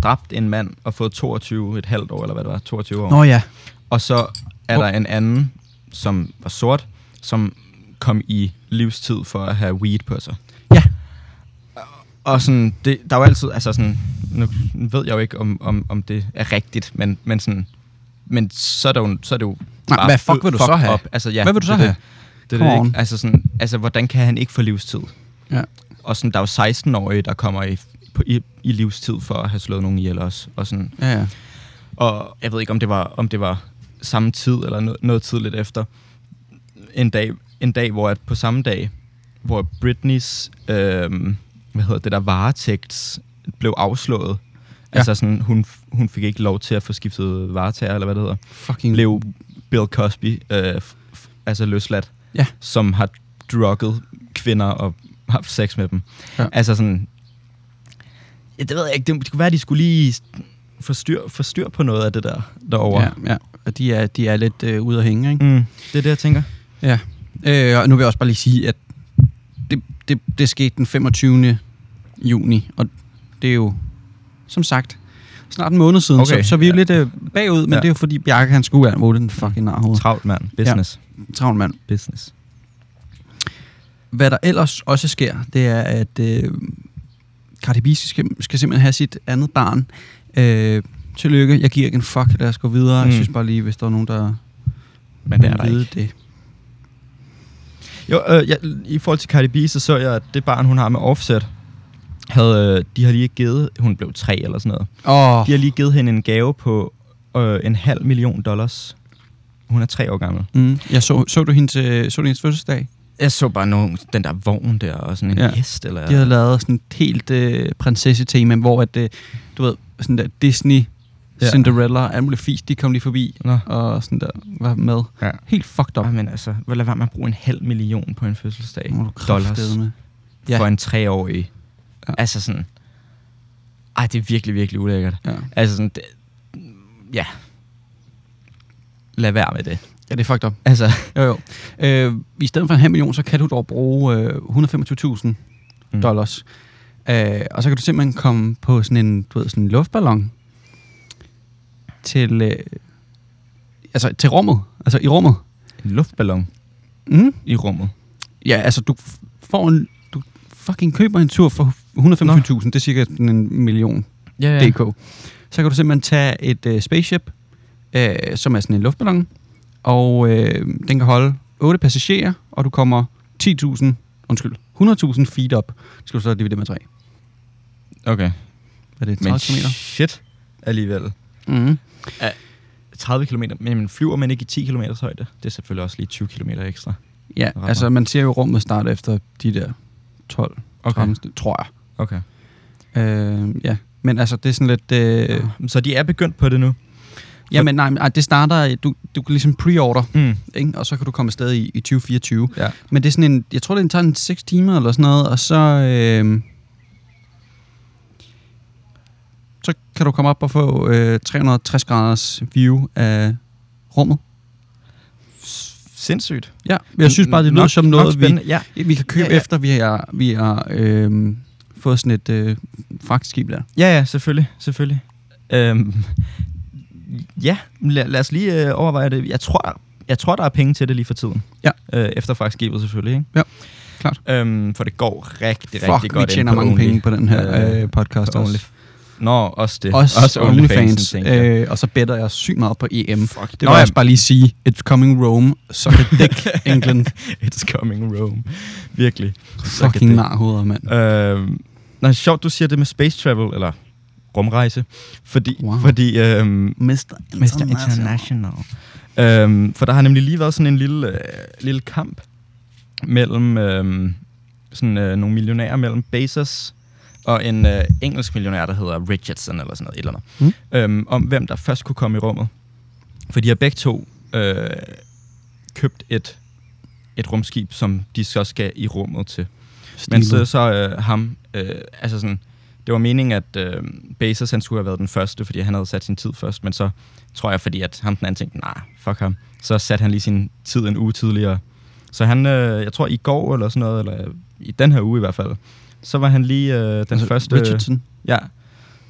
S2: dræbt en mand og fået 22 et halvt år, eller hvad det var, 22 år.
S1: Nå ja.
S2: Og så er
S1: Hvor-
S2: der en anden, som var sort, som kom i livstid for at have weed på sig.
S1: Ja.
S2: Og sådan, det, der er jo altid, altså sådan, nu ved jeg jo ikke, om, om, om det er rigtigt, men, men sådan, men så er det jo, så er det jo
S1: Nej,
S2: bare
S1: hvad fuck
S2: ud-
S1: vil du så have?
S2: Altså, ja,
S1: Hvad vil du så
S2: det er det.
S1: have?
S2: Det,
S1: Come
S2: er det
S1: on.
S2: ikke? Altså, sådan, altså, hvordan kan han ikke få livstid?
S1: Ja.
S2: Og sådan, der er jo 16-årige, der kommer i, på, i, i livstid for at have slået nogen ihjel også. Og, sådan,
S1: Ja, ja.
S2: og jeg ved ikke, om det var, om det var samme tid eller noget, noget tid lidt efter. En dag, en dag hvor at på samme dag, hvor Britneys, øh, hvad hedder det der, varetægt blev afslået.
S1: Ja.
S2: Ja. Altså sådan, hun, hun fik ikke lov til at få skiftet varetager, eller hvad det hedder
S1: Fucking
S2: blev Bill Cosby øh, f- f- altså løsladt,
S1: Ja.
S2: som har drukket kvinder og haft sex med dem.
S1: Ja.
S2: Ja. Altså sådan... Ja, det ved jeg ikke. Det, det kunne være, at de skulle lige forstyr, forstyr på noget af det der derovre.
S1: Ja, ja. Og de er, de er lidt øh, ude at hænge, ikke?
S2: Mm, det er det, jeg tænker.
S1: Ja. Øh, og nu vil jeg også bare lige sige, at det, det, det skete den 25. juni, og det er jo, som sagt, snart en måned siden, okay,
S2: Okay,
S1: så, så vi er jo
S2: ja.
S1: lidt øh, bagud, men
S2: Ja.
S1: det er jo fordi Bjarke, han skulle være målet den fucking narhoved.
S2: Travlt, mand. Business. Ja.
S1: Travl mand.
S2: Business.
S1: Hvad der ellers også sker, det er, at øh, Cardi B skal, skal simpelthen have sit andet barn. Øh, tillykke, jeg giver ikke en fuck, lad os gå videre. Mm.
S2: Mm.
S1: Jeg synes bare lige, hvis der er nogen, der
S2: Men det er der
S1: vil
S2: ikke.
S1: vide det.
S2: Jo, øh, jeg, i forhold til Cardi B, så så jeg, at det barn, hun har med Offset, havde, øh, de har lige givet, hun blev tre eller sådan noget,
S1: Åh,
S2: De har lige givet hende en gave på øh, en halv million dollars. Hun er tre år gammel.
S1: Mm, jeg så, så du hendes, øh, så du hendes fødselsdag?
S2: Jeg så bare nogen, den der vogn der, og sådan en
S1: Ja.
S2: ja. hest. Eller,
S1: De havde lavet sådan et helt øh, prinsessetema, hvor at, øh, du ved, sådan der Disney, ja.
S2: Ja.
S1: Cinderella og alle mulige fis, de kom lige forbi
S2: Nå.
S1: og sådan der var med.
S2: Ja.
S1: Helt fucked up.
S2: Ej, men altså, hvad lad være med at bruge en halv million på en fødselsdag
S1: Må du
S2: dollars
S1: kraftede med. Ja.
S2: ja. for en treårig.
S1: Ja.
S2: Ja. Altså sådan, ej, det er virkelig, virkelig ulækkert.
S1: Ja.
S2: Altså sådan, det, ja, lad være med det.
S1: ja, det er fucked up.
S2: Altså,
S1: Jo, jo. Øh, I stedet for en halv million, så kan du dog bruge øh, 125.000
S2: Mm.
S1: dollars Øh, og så kan du simpelthen komme på sådan en, du ved, sådan en luftballon til, øh, altså til rummet, altså i rummet.
S2: En luftballon
S1: Mm.
S2: i rummet.
S1: Ja, altså du f- får en, du fucking køber en tur for 125.000, det er cirka sådan en million
S2: Ja,
S1: ja. DK. Så kan du simpelthen tage et øh, spaceship, øh, som er sådan en luftballon, og øh, den kan holde 8 passagerer, og du kommer 10.000, undskyld, 100.000 feet op. Det skal du så dividere med 3.
S2: Okay.
S1: Hvad er det, 30
S2: Men
S1: km?
S2: shit alligevel. Mhm.
S1: Mm.
S2: 30 km, men man flyver man ikke i 10 km højde. Det er selvfølgelig også lige 20 km ekstra.
S1: Ja,
S2: Ret
S1: altså man ser jo rummet starte efter de der 12,
S2: Okay.
S1: 13, stykker, tror jeg.
S2: Okay.
S1: Øh, ja, men altså det er sådan lidt... Øh,
S2: Øh. Så de er begyndt på det nu.
S1: Jamen nej, men, ej, det starter... Du, du kan ligesom pre-order,
S2: Mm.
S1: ikke? og så kan du komme afsted i, i 2024.
S2: Ja.
S1: Men det er sådan en, jeg tror, det tager en 6 timer eller sådan noget, og så, øh, så kan du komme op og få øh, 360 graders view af rummet.
S2: Sindssygt.
S1: Ja, jeg synes bare, det lyder
S2: Nok-
S1: som
S2: nok
S1: noget, vi,
S2: spændende. Ja.
S1: vi kan købe ja,
S2: Ja,
S1: ja.
S2: ja.
S1: efter, vi har, vi har øh, fået sådan et øh, fragtskib der.
S2: Ja, ja, selvfølgelig, selvfølgelig. Øhm, ja, lad, lad os lige øh, overveje det. Jeg tror, jeg tror, der er penge til det lige for tiden.
S1: Ja.
S2: Øh, efter fragtskibet selvfølgelig, ikke?
S1: Ja, klart.
S2: Øhm, for det går rigtig, rigtig
S1: Fuck,
S2: godt
S1: vi
S2: ind
S1: tjener
S2: på
S1: mange
S2: Only.
S1: penge på den her
S2: Øh,
S1: øh, podcast
S2: på
S1: også.
S2: Only- Nå, også det.
S1: Også, også OnlyFans.
S2: tænker jeg.
S1: øh, og så better jeg sygt meget på E EM.
S2: Fuck,
S1: Det vil jeg også bare lige sige. It's coming Rome. Så det dick England.
S2: It's coming Rome. Virkelig. Suck a
S1: Fucking
S2: dick.
S1: narhoveder, mand.
S2: Øhm, nej, sjovt, du siger det med space travel, eller rumrejse. Fordi,
S1: Wow.
S2: wow. fordi øhm,
S1: Mr.
S2: Mr. International. Øhm, for der har nemlig lige været sådan en lille, øh, lille kamp mellem øh, sådan, øh, nogle millionærer mellem Bezos og en øh, engelsk millionær, der hedder Richardson eller sådan noget, et eller andet, mm. øhm, om hvem der først kunne komme i rummet. For de har begge to øh, købt et, et rumskib, som de så skal i rummet til. Men så, så øh, ham, øh, altså sådan, det var meningen, at øh, Bezos han skulle have været den første, fordi han havde sat sin tid først, men så tror jeg, fordi at ham den anden tænkte, nej, nah, fuck ham. Så satte han lige sin tid en uge tidligere. Så han, øh, jeg tror i går eller sådan noget, eller i den her uge i hvert fald, så var han lige øh, den altså, første...
S1: Richardson.
S2: Ja,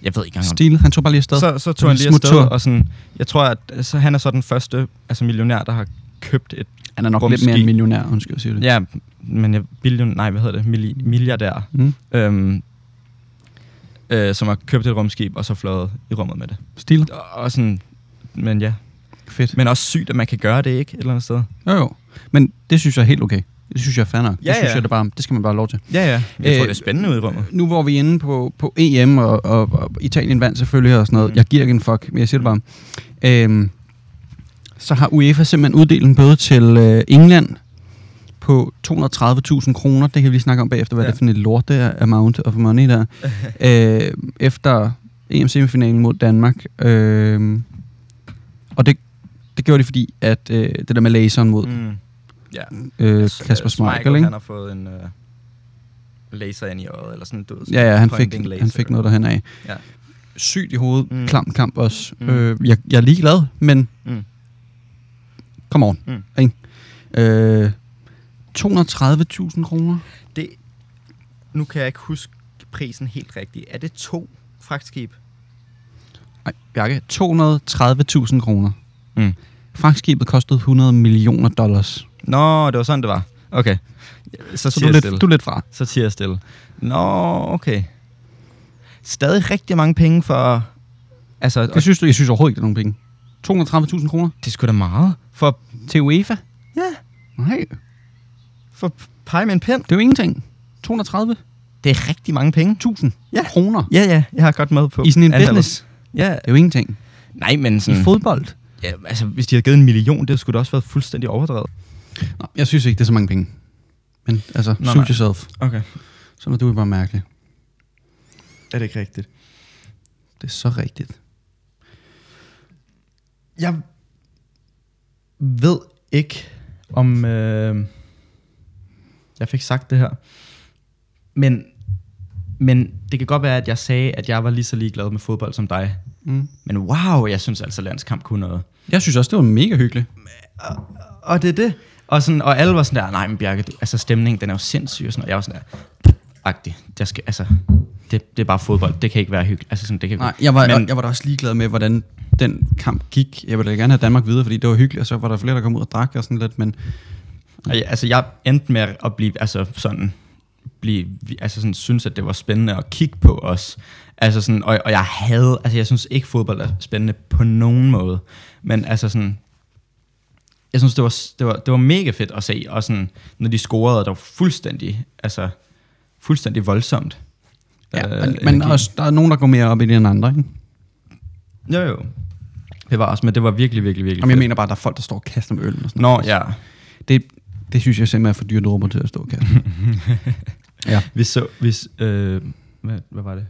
S2: jeg ved ikke engang, om
S1: Stil. Han tog bare lige afsted.
S2: så, så
S1: Så
S2: tog han lige afsted,
S1: smuttur.
S2: og sådan, jeg tror, at så han er så den første altså millionær, der har købt et
S1: han er nok lidt
S2: rumski.
S1: mere en millionær, undskyld, siger det.
S2: Ja, men jeg, billion, nej, hvad hedder det? Milli, milliardær,
S1: Mm.
S2: øhm, øh, som har købt et rumskib, og så fløjet i rummet med det.
S1: Stil.
S2: Og, og sådan, men ja.
S1: Fedt.
S2: Men også sygt, at man kan gøre det, ikke? Et eller andet sted.
S1: Jo, jo. Men det synes jeg er helt okay. Det synes jeg er fair nok.
S2: Ja,
S1: det synes
S2: ja.
S1: jeg det bare, det skal man bare have lov til.
S2: Ja, ja. Jeg øh, tror,
S1: Øh,
S2: det er spændende ude i rummet.
S1: Nu hvor vi er inde på, på EM, og, og, og Italien vandt selvfølgelig og sådan noget.
S2: Mm.
S1: Jeg giver ikke en fuck, men jeg siger det bare. Øhm, så har UEFA simpelthen uddelt en bøde til øh, England på 230.000 kroner. Det kan vi lige snakke om bagefter, hvad ja.
S2: Ja.
S1: det er for en lort der, amount of money der. øh, efter EM-semifinalen mod Danmark. Øh, og det, det gjorde de, fordi at øh, det der med laseren mod
S2: Mm. Ja.
S1: øh,
S2: Så,
S1: Kasper
S2: øh,
S1: Schmeichel, ikke?
S2: han har fået en øh, laser ind i øjet, eller sådan, du ved, sådan
S1: Ja, ja, han
S2: pointing
S1: fik,
S2: laser.
S1: han fik noget derhen af.
S2: Ja.
S1: Sygt i hovedet, mm.
S2: Mm.
S1: klam kamp også. Mm.
S2: Mm.
S1: Øh, jeg, jeg er ligeglad, men mm.
S2: Mm.
S1: come on. Mm.
S2: Mm.
S1: Øh, 230.000 kroner.
S2: Det, nu kan jeg ikke huske prisen helt rigtigt. Er det to fragtskib?
S1: Nej, Bjarke, 230.000 kroner.
S2: Mm.
S1: Fragtskibet kostede 100 millioner dollars.
S2: Nå, det var sådan, det var. Okay. Så,
S1: Så du er, lidt, du er lidt fra.
S2: Så siger jeg stille. Nå, okay. Stadig rigtig mange penge for... Altså,
S1: Jeg
S2: det,
S1: synes, jeg synes overhovedet ikke, det er nogen penge. 230.000 kroner
S2: det er sgu da meget. For,
S1: til UEFA?
S2: ja,
S1: Nej,
S2: for pege med en pind.
S1: det er jo ingenting. 230.000
S2: Det er rigtig mange penge. Ja.
S1: kroner
S2: Ja, ja, jeg har godt med på.
S1: i sådan en
S2: antallet.
S1: business.
S2: Ja,
S1: Det er jo ingenting.
S2: nej, men
S1: I
S2: sådan...
S1: fodbold.
S2: ja, altså, hvis de havde givet en million, det skulle da også været fuldstændig overdrevet.
S1: Nå, jeg synes ikke, det er så mange penge. Men altså, Nå,
S2: Nå,
S1: suit
S2: nej.
S1: yourself.
S2: Okay.
S1: Så er du jo bare mærkelig.
S2: Er det ikke rigtigt?
S1: Det er så rigtigt.
S2: Jeg ved ikke, om øh, jeg fik sagt det her. Men, men det kan godt være, at jeg sagde, at jeg var lige så ligeglad med fodbold som dig.
S1: Mm.
S2: Men wow, jeg synes altså, at landskamp kunne noget.
S1: Jeg synes også, det var mega hyggeligt.
S2: Og det er det. Og, sådan, og alle var sådan der, nej, men Bjarke, du, altså stemningen, den er jo sindssyg. Og sådan, og jeg var sådan der, agtig. Jeg skal, altså,
S3: det, det er bare fodbold, det kan ikke være hyggeligt. Altså, sådan, det kan,
S1: Nej, jeg var, men,
S3: men,
S1: jeg var da også ligeglad med, hvordan den kamp gik. Jeg ville da gerne have Danmark videre, fordi det var hyggeligt, og så var der flere, der kom ud og drak og sådan lidt, men
S2: Og jeg- Altså, jeg endte med at blive, altså sådan, blive, altså sådan, synes, at det var spændende at kigge på os. Altså sådan, og, og jeg havde, altså jeg synes ikke fodbold er spændende på nogen måde. Men altså sådan, jeg synes, det var, det var, det var mega fedt at se, og sådan, når de scorede, det var fuldstændig, altså, fuldstændig voldsomt.
S1: Ja,
S2: Øh,
S1: men, men
S2: energi.
S1: også, der er nogen, der går mere op i det end andre, ikke?
S2: Jo, jo. Det var også, men det var virkelig, virkelig, virkelig
S1: Om jeg
S2: fedt.
S1: mener bare, at der er folk, der står og kaster med øl og sådan
S2: Nå, ja.
S1: Det, det synes jeg simpelthen er for dyrt råber til at stå og kaste. med. ja.
S2: Vi så, hvis, øh, hvad, hvad var det?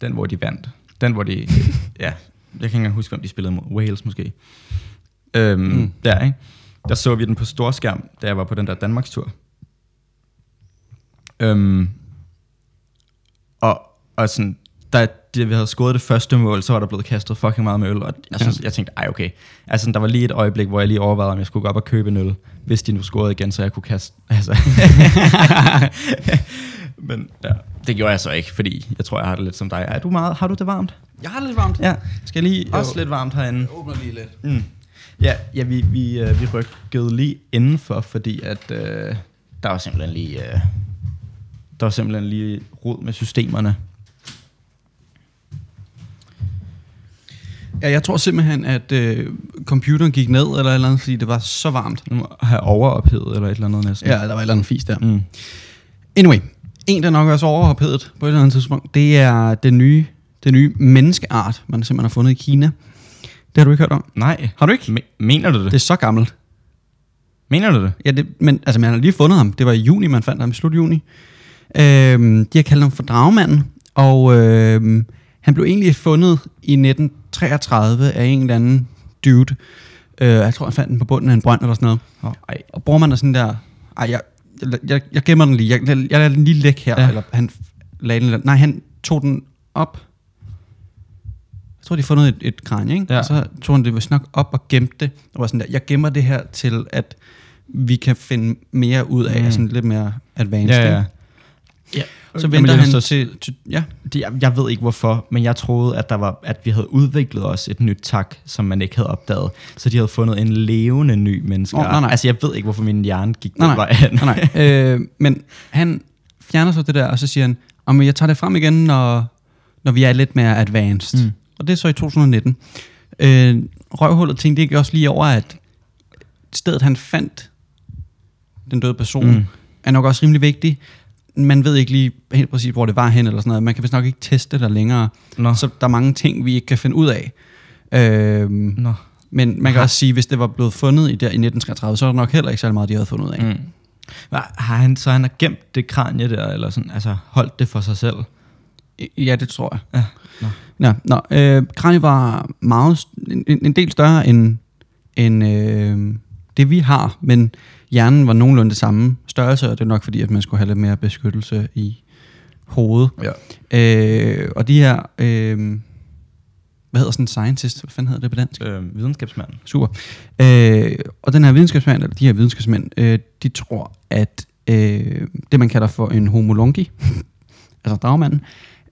S2: Den, hvor de vandt. Den, hvor de, ja, jeg kan ikke engang huske, om de spillede mod Wales måske. Øhm,
S1: Mm.
S2: mm. Der, ikke? Der så vi den på storskærm, da jeg var på den der Danmarkstur. Øhm, og, og sådan, da det, vi havde skåret det første mål, så var der blevet kastet fucking meget med øl, og jeg, synes,
S1: Ja.
S2: jeg tænkte, ej okay. Altså, sådan, der var lige et øjeblik, hvor jeg lige overvejede, om jeg skulle gå op og købe en øl, hvis de nu scorede igen, så jeg kunne kaste. Altså. Men ja, det gjorde jeg så ikke, fordi jeg tror, jeg har det lidt som dig. Er du meget, har du det varmt?
S1: Jeg har lidt varmt.
S2: Ja, skal jeg lige
S1: Jo.
S2: også lidt varmt herinde.
S1: åbner lige lidt.
S2: Mm. Ja, ja vi, vi, øh, vi rykkede lige indenfor, fordi at øh, der var simpelthen lige øh, der var simpelthen lige rod med systemerne.
S1: Ja, jeg tror simpelthen, at øh, computeren gik ned eller et eller andet, fordi det var så varmt.
S2: Nu må jeg have overophedet eller et eller andet næsten.
S1: Ja, der var et eller andet fis der.
S2: Mm.
S1: Anyway, en, der nok også er overophedet på et eller andet tidspunkt, det er den nye, den nye menneskeart, man simpelthen har fundet i Kina. Det har du ikke hørt om.
S2: Nej.
S1: Har du ikke?
S2: Me- mener du det?
S1: Det er så gammelt.
S2: Mener du det?
S1: Ja, det, men altså, man har lige fundet ham. Det var i juni, man fandt ham i slut juni. Øhm, de har kaldt ham for dragmanden, og øhm, han blev egentlig fundet i 1933 af en eller anden dude. Øh, jeg tror, han fandt den på bunden af en brønd eller sådan noget.
S2: Oh, ej.
S1: Og bruger man er sådan der, ej, jeg, jeg, jeg, jeg gemmer den lige, jeg, jeg, jeg lader den lige ligge her, ja.
S2: Ja.
S1: eller han f- lagde den, eller- nej, han tog den op, jeg tror, de har fundet et, et kranje, ikke?
S2: Ja.
S1: Og så tog han det vist nok op og gemte det, og var sådan der, jeg gemmer det her til, at vi kan finde mere ud af, mm.
S2: Mm.
S1: sådan lidt mere advanced,
S2: Ja, ja.
S1: ikke?
S2: ja.
S1: Så venter
S2: jeg,
S1: han til, til, ja,
S2: Jeg, jeg ved ikke hvorfor, men jeg troede, at, der var, at vi havde udviklet os et nyt tak, som man ikke havde opdaget. Så de havde fundet en levende ny menneske.
S1: Nå, nej, nej.
S2: Altså, jeg ved ikke, hvorfor min hjerne gik den
S1: Nej, nej.
S2: vej hen.
S1: nej, nej. Øh, men han fjerner så det der, og så siger han, "Åh, men jeg tager det frem igen, når, når vi er lidt mere advanced. Mm.
S2: Mm.
S1: Og det er så i 2019. Øh, røvhullet tænkte ikke også lige over, at stedet han fandt den døde person, mm.
S2: Mm.
S1: er nok også rimelig vigtig. Man ved ikke lige helt præcis, hvor det var hen eller sådan noget. Man kan vist nok ikke teste det der længere.
S2: Nå.
S1: Så der er mange ting, vi ikke kan finde ud af. Øhm,
S2: Nå.
S1: men man kan
S2: Har-
S1: også sige, hvis det var blevet fundet i, der, i 1933, så er der nok heller ikke særlig meget, de havde fundet ud af.
S2: Mm. Hva- Har han, så han har gemt det kranje der, eller sådan, altså holdt det for sig selv?
S1: Ja, det tror jeg.
S2: Ja,
S1: nå. Ja, nå. Øh, Kranje var meget, st- en, en del større end, end øh, det, vi har, men hjernen var nogenlunde det samme størrelse, og det er nok fordi, at man skulle have lidt mere beskyttelse i hovedet.
S2: Ja.
S1: Øh, og de her, øh, hvad hedder sådan en scientist? Hvad fanden hedder det på dansk?
S2: Øh, videnskabsmand.
S1: Super. Øh, og den her videnskabsmand, eller de her videnskabsmænd, øh, de tror, at øh, det, man kalder for en homolongi, altså dragmanden,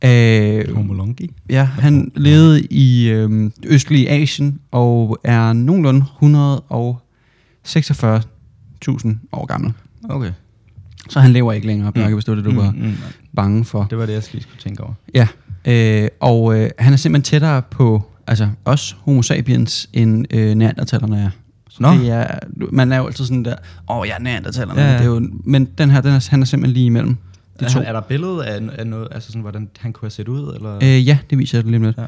S1: øh,
S2: Homolongi?
S1: ja, han levede i øh, det østlige Asien og er nogenlunde 146.000 år gammel.
S2: Okay.
S1: Så han lever ikke længere, Bjarke, hvis det var det, du var
S2: mm,
S1: bange for.
S2: det var det, jeg lige skulle tænke over.
S1: Ja, øh, og øh, han er simpelthen tættere på altså os homo sapiens, end øh, neandertalerne er. Så
S2: Nå.
S1: det er, man er jo altid sådan der, åh, jeg er neandertalerne.
S2: Ja,
S1: Ja,
S2: ja.
S1: ja. Det er jo, men den her, den er, han er simpelthen lige imellem de
S2: Er,
S1: to.
S2: han, er der billede af, af noget, altså sådan, hvordan han kunne have set ud, eller?
S1: Øh, ja, det viser jeg dig lige om lidt.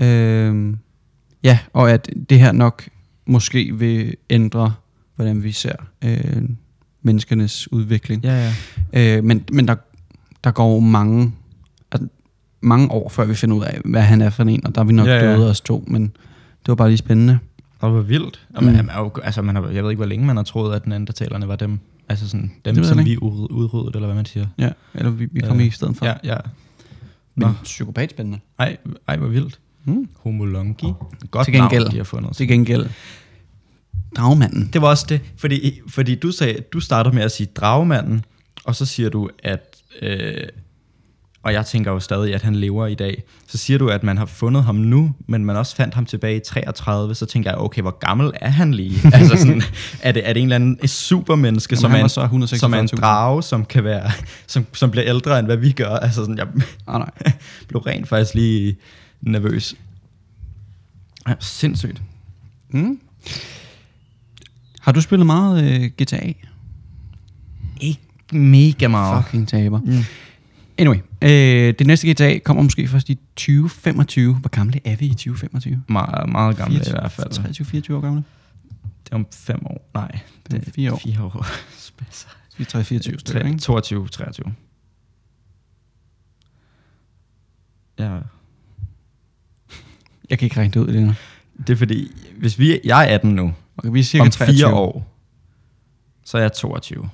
S1: Ja. Øh, ja, og at det her nok måske vil ændre, hvordan vi ser øh, menneskernes udvikling.
S2: ja, ja.
S1: Øh, men men der, der går jo mange, altså, mange år, før vi finder ud af, hvad han er for en, og der er vi nok ja,
S2: Ja,
S1: ja.
S2: ja.
S1: døde os to, men det var bare lige spændende.
S2: Og hvor vildt. Og
S1: Mm.
S2: man, man, er jo- altså, man har, jeg ved ikke, hvor længe man har troet, at neandertalerne var dem, altså sådan,
S1: ved
S2: dem
S1: jeg
S2: som
S1: ikke.
S2: vi ud- udryddede, eller hvad man siger.
S1: Ja, eller vi, vi kom
S2: Øh,
S1: i stedet for.
S2: Ja, ja.
S1: men
S2: nå.
S1: psykopat spændende.
S2: Ej, ej, hvor vildt.
S1: Mm.
S2: Homolongi. Godt
S1: Til gengæld.
S2: navn, de har fundet.
S1: Til gengæld, dragmanden.
S2: Det var også det, fordi, fordi du sagde, du starter med at sige dragmanden, og så siger du, at, øh, og jeg tænker jo stadig, at han lever i dag. Så siger du, at man har fundet ham nu, men man også fandt ham tilbage i 33, så tænker jeg, okay, hvor gammel er han lige? altså sådan, er det, er det en eller anden supermenneske,
S1: Jamen,
S2: som
S1: han
S2: er,
S1: var
S2: en,
S1: så 146.000.
S2: som er en drage, som kan være, som, som bliver ældre end hvad vi gør? Altså sådan, jeg
S1: Ah, nej.
S2: blev rent faktisk lige nervøs. Ja, sindssygt.
S1: Mm. Har du spillet meget øh, GTA?
S2: Ikke mega meget.
S1: Fucking taber. Mm. Anyway, øh, det næste GTA kommer måske først i 2025. Hvor gamle er vi i 2025?
S2: Me- meget gammel i
S1: 24,
S2: hvert fald.
S1: 23-24 år gamle?
S2: Det er om fem år. Nej,
S1: Det er 4 år.
S2: fire år. Spasser.
S1: Vi er 23 stykker, ikke?
S2: 22, 23. Ja.
S1: Jeg kan ikke regne det ud lige nu.
S2: Det er fordi, hvis vi, jeg er 18 nu,
S1: Okay, vi er cirka
S2: Cirka om
S1: 23.
S2: fire år, så er jeg 22.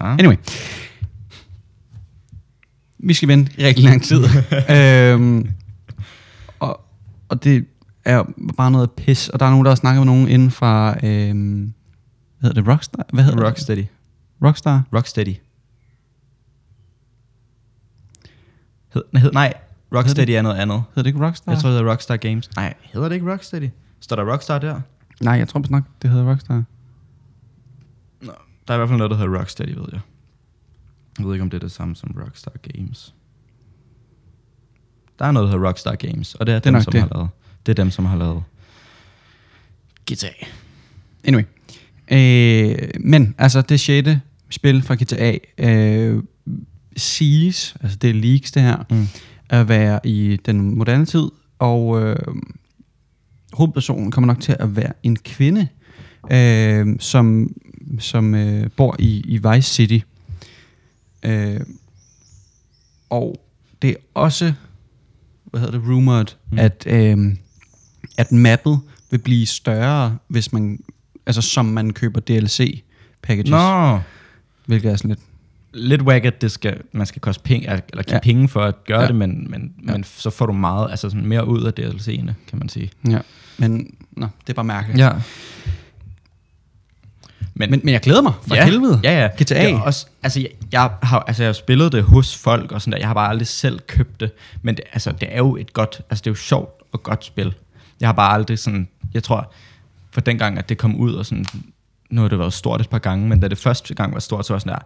S2: Ja.
S1: Anyway. Vi skal vente rigtig lang tid. øhm, og, og det er bare noget pis. Og der er nogen, der har snakket med nogen inden fra... Øhm, hvad hedder det? Rockstar? Hvad hedder
S2: Rocksteady.
S1: det? Rockstar.
S2: Rocksteady. Hed, hed, nej, Rocksteady er noget andet.
S1: Hedder det ikke Rockstar?
S2: Jeg tror, det hedder Rockstar Games. Nej, hedder det ikke Rocksteady? Står der Rockstar der?
S1: Nej, jeg tror nok, det hedder Rockstar.
S2: Nå, der er i hvert fald noget, der hedder Rocksteady, ved jeg. Jeg ved ikke, om det er det samme som Rockstar Games. Der er noget, der hedder Rockstar Games, og det er,
S1: Det er
S2: det er dem,
S1: nok
S2: som
S1: det.
S2: har lavet. Det er dem, som har lavet GTA.
S1: Anyway. Øh, men altså, det sjette spil fra GTA øh, siges, altså det er leaks det her,
S2: Mm.
S1: at være i den moderne tid, og øh, hovedpersonen kommer nok til at være en kvinde, øh, som, som øh, bor i, i Vice City. Øh, og det er også, hvad hedder det, rumored, mm.
S2: Mm.
S1: at, øh, at mappet vil blive større, hvis man, altså som man køber DLC packages, Nå.
S2: Nå,
S1: hvilket er sådan lidt,
S2: lidt whack, at det skal, man skal koste penge, al- eller give
S1: Ja.
S2: ja. penge for at gøre
S1: Ja.
S2: ja. det, men, men,
S1: Ja.
S2: ja. men så får du meget, altså sådan mere ud af DLC'erne, kan man sige.
S1: ja. men nå, det er bare mærkeligt.
S2: Ja. Men,
S1: Men, men jeg glæder mig for ja. helvede.
S2: Ja, ja.
S1: GTA.
S2: Det er også, altså, jeg, jeg, har, altså, jeg har spillet det hos folk og sådan der. Jeg har bare aldrig selv købt det. Men det, altså, det er jo et godt, altså, det er jo sjovt og godt spil. Jeg har bare aldrig sådan, jeg tror, for dengang, at det kom ud og sådan, nu har det været stort et par gange, men da det første gang var stort, så var jeg sådan der,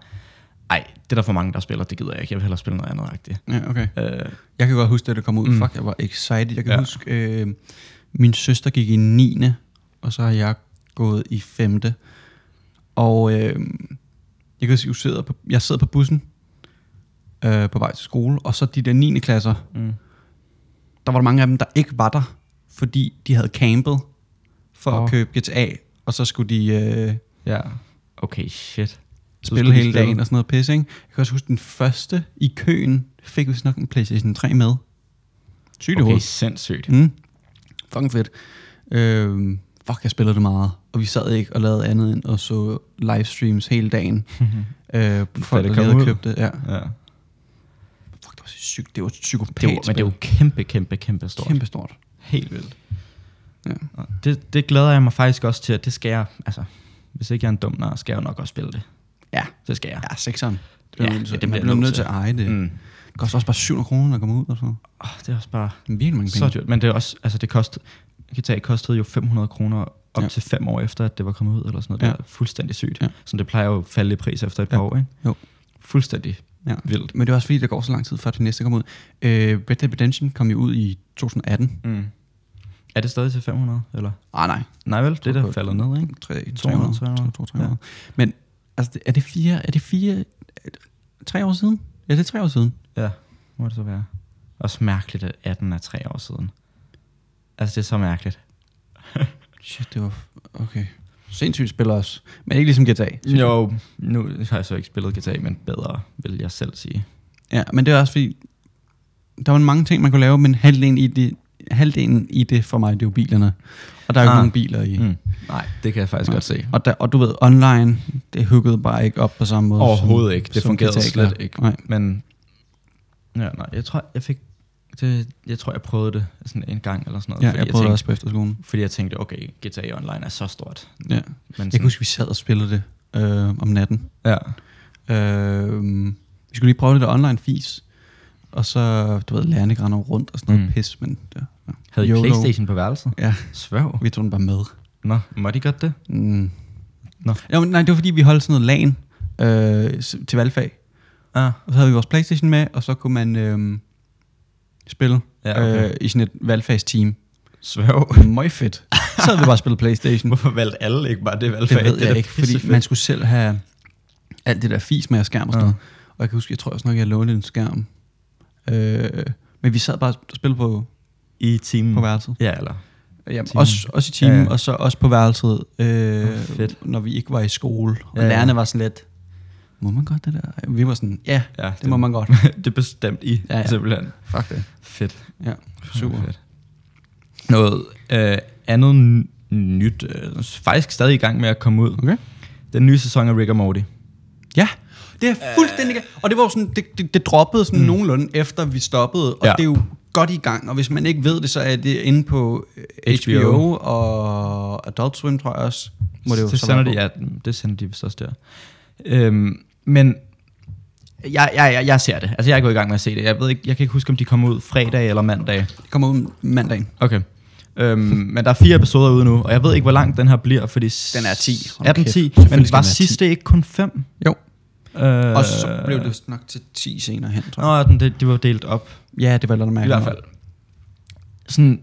S2: ej, det er der for mange, der spiller, det gider jeg ikke, jeg vil hellere spille noget andet. -agtigt.
S1: Ja, okay.
S2: Øh,
S1: Jeg kan godt huske, da det kom ud. Mm. Fuck, jeg var excited. Jeg kan ja.
S2: Ja.
S1: huske, øh, min søster gik i 9. Og så har jeg gået i 5. Og øh, jeg kan huske, jeg sidder på, jeg sidder på bussen øh, på vej til skole. Og så de der 9. klasser,
S2: mm.
S1: der var der mange af dem, der ikke var der. Fordi de havde campet for oh.
S2: Åh.
S1: at købe GTA. Og så skulle de... Øh,
S2: Ja. Okay, shit. Så skulle
S1: spille
S2: vi
S1: hele dagen og sådan noget pisse, ikke? Jeg kan også huske, den første i køen fik vi nok en PlayStation 3 med. Sygt okay.
S2: Okay,
S1: hoved.
S2: sindssygt.
S1: Mm. Fucking fedt. Øhm, fuck, jeg spillede det meget. Og vi sad ikke og lavede andet end og så livestreams hele dagen. øh, folk,
S2: det
S1: der
S2: kom
S1: havde
S2: ud.
S1: købt det. Ja.
S2: Ja.
S1: Fuck, det var sygt. Det var et psykopat.
S2: Det var, men det er jo kæmpe, kæmpe, kæmpe stort.
S1: kæmpe stort.
S2: Helt vildt.
S1: Ja.
S2: Og Det, det glæder jeg mig faktisk også til, at det skal jeg, altså, hvis ikke jeg er en dum nar, skal jeg jo nok også spille det.
S1: Ja.
S2: Det skal jeg.
S1: Ja, sekseren. Det
S2: Ja,
S1: er jo nødt til-
S2: det bliver
S1: man
S2: jeg
S1: bliver
S2: nødt
S1: nødt til at
S2: til.
S1: eje det. Mm.
S2: Mm.
S1: Det koster også bare 700 kroner, når det kommer ud og sådan noget.
S2: Oh, det er også bare
S1: Det er Virkelig mange
S2: så
S1: penge.
S2: dyrt. Men det er også, altså det kostede, GTA kostede jo 500 kroner op
S1: Ja.
S2: ja. til fem år efter, at det var kommet ud eller sådan noget.
S1: Ja.
S2: Det er fuldstændig sygt.
S1: Ja.
S2: Ja. Så det plejer jo at falde i pris efter et par
S1: Ja.
S2: år, ikke?
S1: Jo.
S2: Fuldstændig
S1: Ja.
S2: vildt.
S1: Men det er også fordi, der går så lang tid, før det næste kommer ud. Øh, Red Dead Redemption kom jo ud i 2018.
S2: Mm. Er det stadig til 500, eller?
S1: Ah, nej.
S2: Nej vel, det er
S1: tror,
S2: der faldet ned, ikke?
S1: 3,
S2: 200,
S1: 300,
S2: 300.
S1: 200, 300. Ja. Men altså, det- er det fire, er det fire, er det tre år siden? Ja, det er tre år siden.
S2: Ja, må det så være. Også mærkeligt, at 18 er tre år siden. Altså, det er så mærkeligt.
S1: Shit, det var, f- okay. Sindssygt spil også, men ikke ligesom GTA. synes jeg.
S2: Jo, nu har jeg så ikke spillet GTA, men bedre, vil jeg selv sige.
S1: Ja, men det er også fordi, der var mange ting, man kunne lave, men halvdelen i det, halvdelen i det for mig, det er jo bilerne. Og der er jo
S2: Ah.
S1: ikke nogen biler i.
S2: Mm. Nej, det kan jeg faktisk
S1: Nej.
S2: Nej. godt se.
S1: Og, der, og du ved, online, det huggede bare ikke op på samme måde.
S2: Overhovedet ikke. Det
S1: som
S2: fungerede
S1: GTA
S2: slet
S1: gør.
S2: ikke.
S1: Nej.
S2: Men ja, nej, jeg tror, jeg fik det, jeg tror, jeg prøvede det sådan en gang eller sådan noget.
S1: Ja, jeg prøvede
S2: tænkte,
S1: også på efterskolen.
S2: Fordi jeg tænkte, okay, GTA Online er så stort.
S1: Ja.
S2: Men
S1: Jeg kan
S2: sådan,
S1: huske, vi sad og spillede det øh, om natten.
S2: ja,
S1: Øh, vi skulle lige prøve det der online fis. Og så, du ved, lærerne rundt og sådan noget
S2: Mm.
S1: mm. pis, men ja, ja.
S2: Havde I
S1: YOLO.
S2: Playstation på værelset?
S1: Ja,
S2: Sværg.
S1: vi tog den bare med.
S2: Nå, måtte I godt det?
S1: Mm.
S2: Nå.
S1: Ja, men, nej, det var fordi, vi holdt sådan noget LAN øh, s- til valgfag.
S2: Ja.
S1: Og så havde vi vores Playstation med, og så kunne man øh, spille
S2: Ja, okay.
S1: øh, i sådan et valgfagsteam.
S2: Sværg.
S1: Møj fedt. Så havde vi bare spillet Playstation.
S2: Hvorfor valgte alle ikke bare det
S1: Det
S2: valgfag?
S1: ved
S2: er
S1: jeg
S2: da
S1: ikke, fordi
S2: pissefedt.
S1: man skulle selv have alt det der fis med at skærm og sådan
S2: Ja.
S1: ja. noget. Og jeg kan huske, jeg tror også nok, jeg lånte en skærm. Øh, men vi sad bare og spillede på,
S2: I timen.
S1: på værelset.
S2: Ja, eller?
S1: Mm. Jamen,
S2: Timen.
S1: også, også i timen,
S2: Ja,
S1: ja,
S2: ja.
S1: ja. og så også på værelset, øh,
S2: Åh, fedt.
S1: når vi ikke var i skole. Og
S2: Ja, ja.
S1: ja, lærerne var sådan lidt, må man godt det der? Vi var sådan, ja,
S2: Ja,
S1: det må man godt.
S2: det bestemte I, ja,
S1: Ja,
S2: ja.
S1: ja.
S2: simpelthen.
S1: Fuck det.
S2: Fedt.
S1: Ja, super.
S2: Fedt. Noget øh, andet n- nyt, øh, faktisk stadig i gang med at komme ud.
S1: Okay.
S2: Den nye sæson af Rick og Morty.
S1: Ja, det er fuldstændig galt. Og det var jo sådan, det, det, det droppede sådan mm. nogenlunde, efter vi stoppede. Og
S2: Ja.
S1: ja. det er jo godt i gang. Og hvis man ikke ved det, så er det inde på øh,
S2: HBO.
S1: HBO, og Adult Swim, tror jeg også. Må det jo
S2: det
S1: så
S2: sender
S1: være
S2: de,
S1: på.
S2: ja, det sender de vist også der. Øhm, men jeg, jeg, jeg, jeg ser det. Altså, jeg er gået i gang med at se det. Jeg, ved ikke, jeg kan ikke huske, om de kommer ud fredag eller mandag.
S1: Det kommer ud mandagen.
S2: Okay. Øhm, men der er fire episoder ude nu, og jeg ved ikke, hvor lang den her bliver, fordi... s-
S1: Den er 10. Hold
S2: 18,
S1: kæft,
S2: 10.
S1: selvfølgelig
S2: Men
S1: skal
S2: var
S1: den være
S2: sidste ikke kun 5?
S1: Jo.
S2: Øh,
S1: Og så blev det vist nok til 10 senere hen, tror jeg.
S2: Nå, den, det, det var delt op.
S1: Ja, det var noget
S2: I
S1: mærkeligt.
S2: hvert fald. Sådan,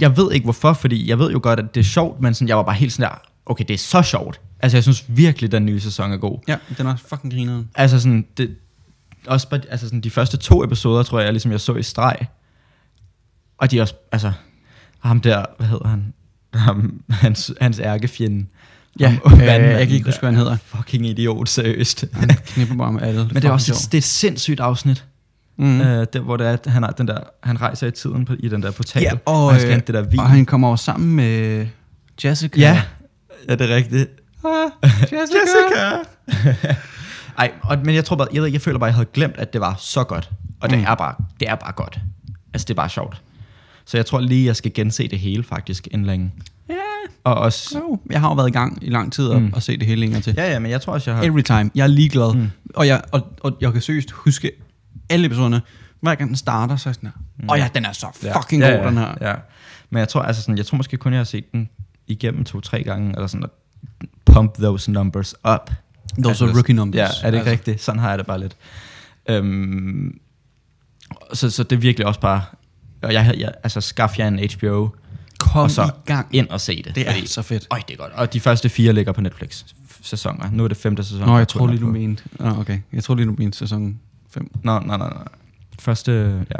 S2: jeg ved ikke hvorfor, fordi jeg ved jo godt, at det er sjovt, men sådan, jeg var bare helt sådan der, okay, det er så sjovt. Altså, jeg synes virkelig, den nye sæson er god.
S1: Ja, den er fucking grineren.
S2: Altså sådan, det, også bare, altså sådan, de første to episoder, tror jeg, ligesom jeg så i streg. Og de er også, altså, ham der, hvad hedder han? Ham, hans, hans ærkefjende.
S1: Ja,
S2: Ham-
S1: øh,
S2: vandmanden
S1: jeg kan ikke huske, hvad han
S2: der.
S1: hedder.
S2: Fucking idiot, seriøst.
S1: Han knipper bare med alle.
S2: Men det er også et, det er et sindssygt afsnit.
S1: Mm.
S2: Mm. Øh, der, hvor det er, at han, har den der, han rejser i tiden på, i den der portal,
S1: Ja, og,
S2: og han skal
S1: øh,
S2: hente det der vin.
S1: Og han kommer over sammen med Jessica.
S2: ja. ja, det er rigtigt.
S1: Ah, Jessica.
S2: Jessica! Ej, og, men jeg tror bare, jeg, ved, ikke, jeg føler bare, jeg havde glemt, at det var så godt. Og mm. det,
S1: Mm.
S2: er bare, det er bare godt. Altså, det er bare sjovt. Så jeg tror lige, jeg skal gense det hele faktisk inden længe.
S1: Ja.
S2: Og også...
S1: Jo, jeg har jo været i gang i lang tid og,
S2: Mm.
S1: mm. og set det hele en gang til.
S2: Ja, ja, men jeg tror også, jeg har...
S1: Every time. Jeg er ligeglad.
S2: Mm.
S1: Mm. Og, jeg, og, og jeg kan seriøst huske alle episoderne. Hver gang den starter, så er jeg sådan her. Åh Mm. ja, den er så fucking
S2: ja,
S1: god,
S2: ja,
S1: den her.
S2: Ja. Men jeg tror, altså sådan, jeg tror måske kun, jeg har set den igennem to-tre gange, eller sådan, at pump those numbers up.
S1: Those are rookie numbers.
S2: Ja, er det ikke
S1: Altså.
S2: rigtigt? Sådan har jeg det bare lidt. Øhm, så, så det er virkelig også bare... Og jeg, havde- jeg, altså, skaf jer en HBO,
S1: Kom
S2: og så
S1: i gang.
S2: ind og se det.
S1: Det er så fedt.
S2: Øj, det er godt. Og de første fire ligger på Netflix-sæsoner. Nu er det femte sæson.
S1: Nå,
S2: der
S1: jeg tror
S2: kun er
S1: lige, du
S2: på.
S1: mente. Nå, okay. Jeg tror lige, du mente sæson 5.
S2: Nå, nej, nej, nej. Første, ja.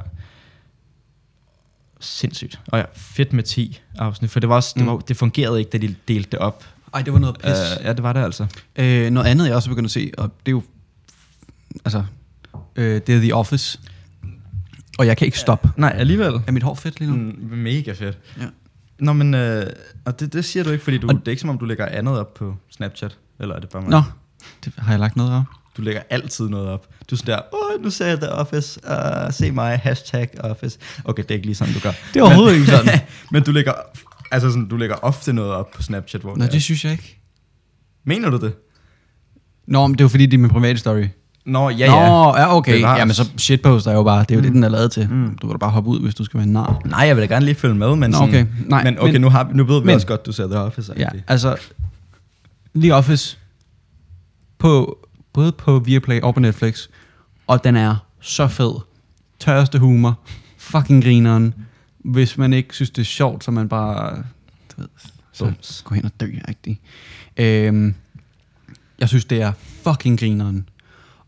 S2: Sindssygt. Og ja, fedt med 10 afsnit, for det, var også, mm. det, var, det fungerede ikke, da de delte det op.
S1: Ej, det var noget
S2: Uh,
S1: pis.
S2: ja, det var det altså.
S1: Øh, noget andet, jeg også er begyndt at se, og det er jo... Altså, øh, det er The Office. Og jeg kan ikke stoppe.
S2: Nej, alligevel.
S1: Er mit hår fedt lige nu? Mm.
S2: Mm, mega fedt.
S1: Ja.
S2: Nå, men øh, og det, det siger du ikke, fordi du,
S1: Og-
S2: det er ikke som om, du lægger andet op på Snapchat. Eller er det bare mig?
S1: Nå, det, har jeg lagt noget af?
S2: Du lægger altid noget op. Du er sådan der, åh, nu ser jeg The Office, uh, se mig, hashtag Office. Okay, det er ikke lige sådan, du gør.
S1: Det er overhovedet ikke sådan.
S2: men du lægger, altså sådan, du lægger ofte noget op på Snapchat, hvor
S1: Nå,
S2: det er-
S1: det synes jeg ikke.
S2: Mener du det?
S1: Nå, men det er jo fordi, det er min private story.
S2: Nå, ja,
S1: Nå,
S2: ja.
S1: ja, okay.
S2: Bevares.
S1: Jamen, så shitposter er jo bare, det er jo mm. det, den er lavet til. Mm. Du kan da bare hoppe ud, hvis du skal være en nar.
S2: Nej, jeg vil da gerne lige følge med, men,
S1: Nå,
S2: sådan,
S1: okay. Nej,
S2: men okay,
S1: men-
S2: nu, har, vi- nu ved vi
S1: men-
S2: også godt, du ser The Office.
S1: Ja,
S2: egentlig.
S1: altså, The Office, på, både på Viaplay og på Netflix, og den er så fed. Tørreste humor, fucking grineren. Hvis man ikke synes, det er sjovt, så man bare, du ved, så
S2: Bums.
S1: gå hen og dø, rigtig. Øhm, jeg synes, det er fucking grineren.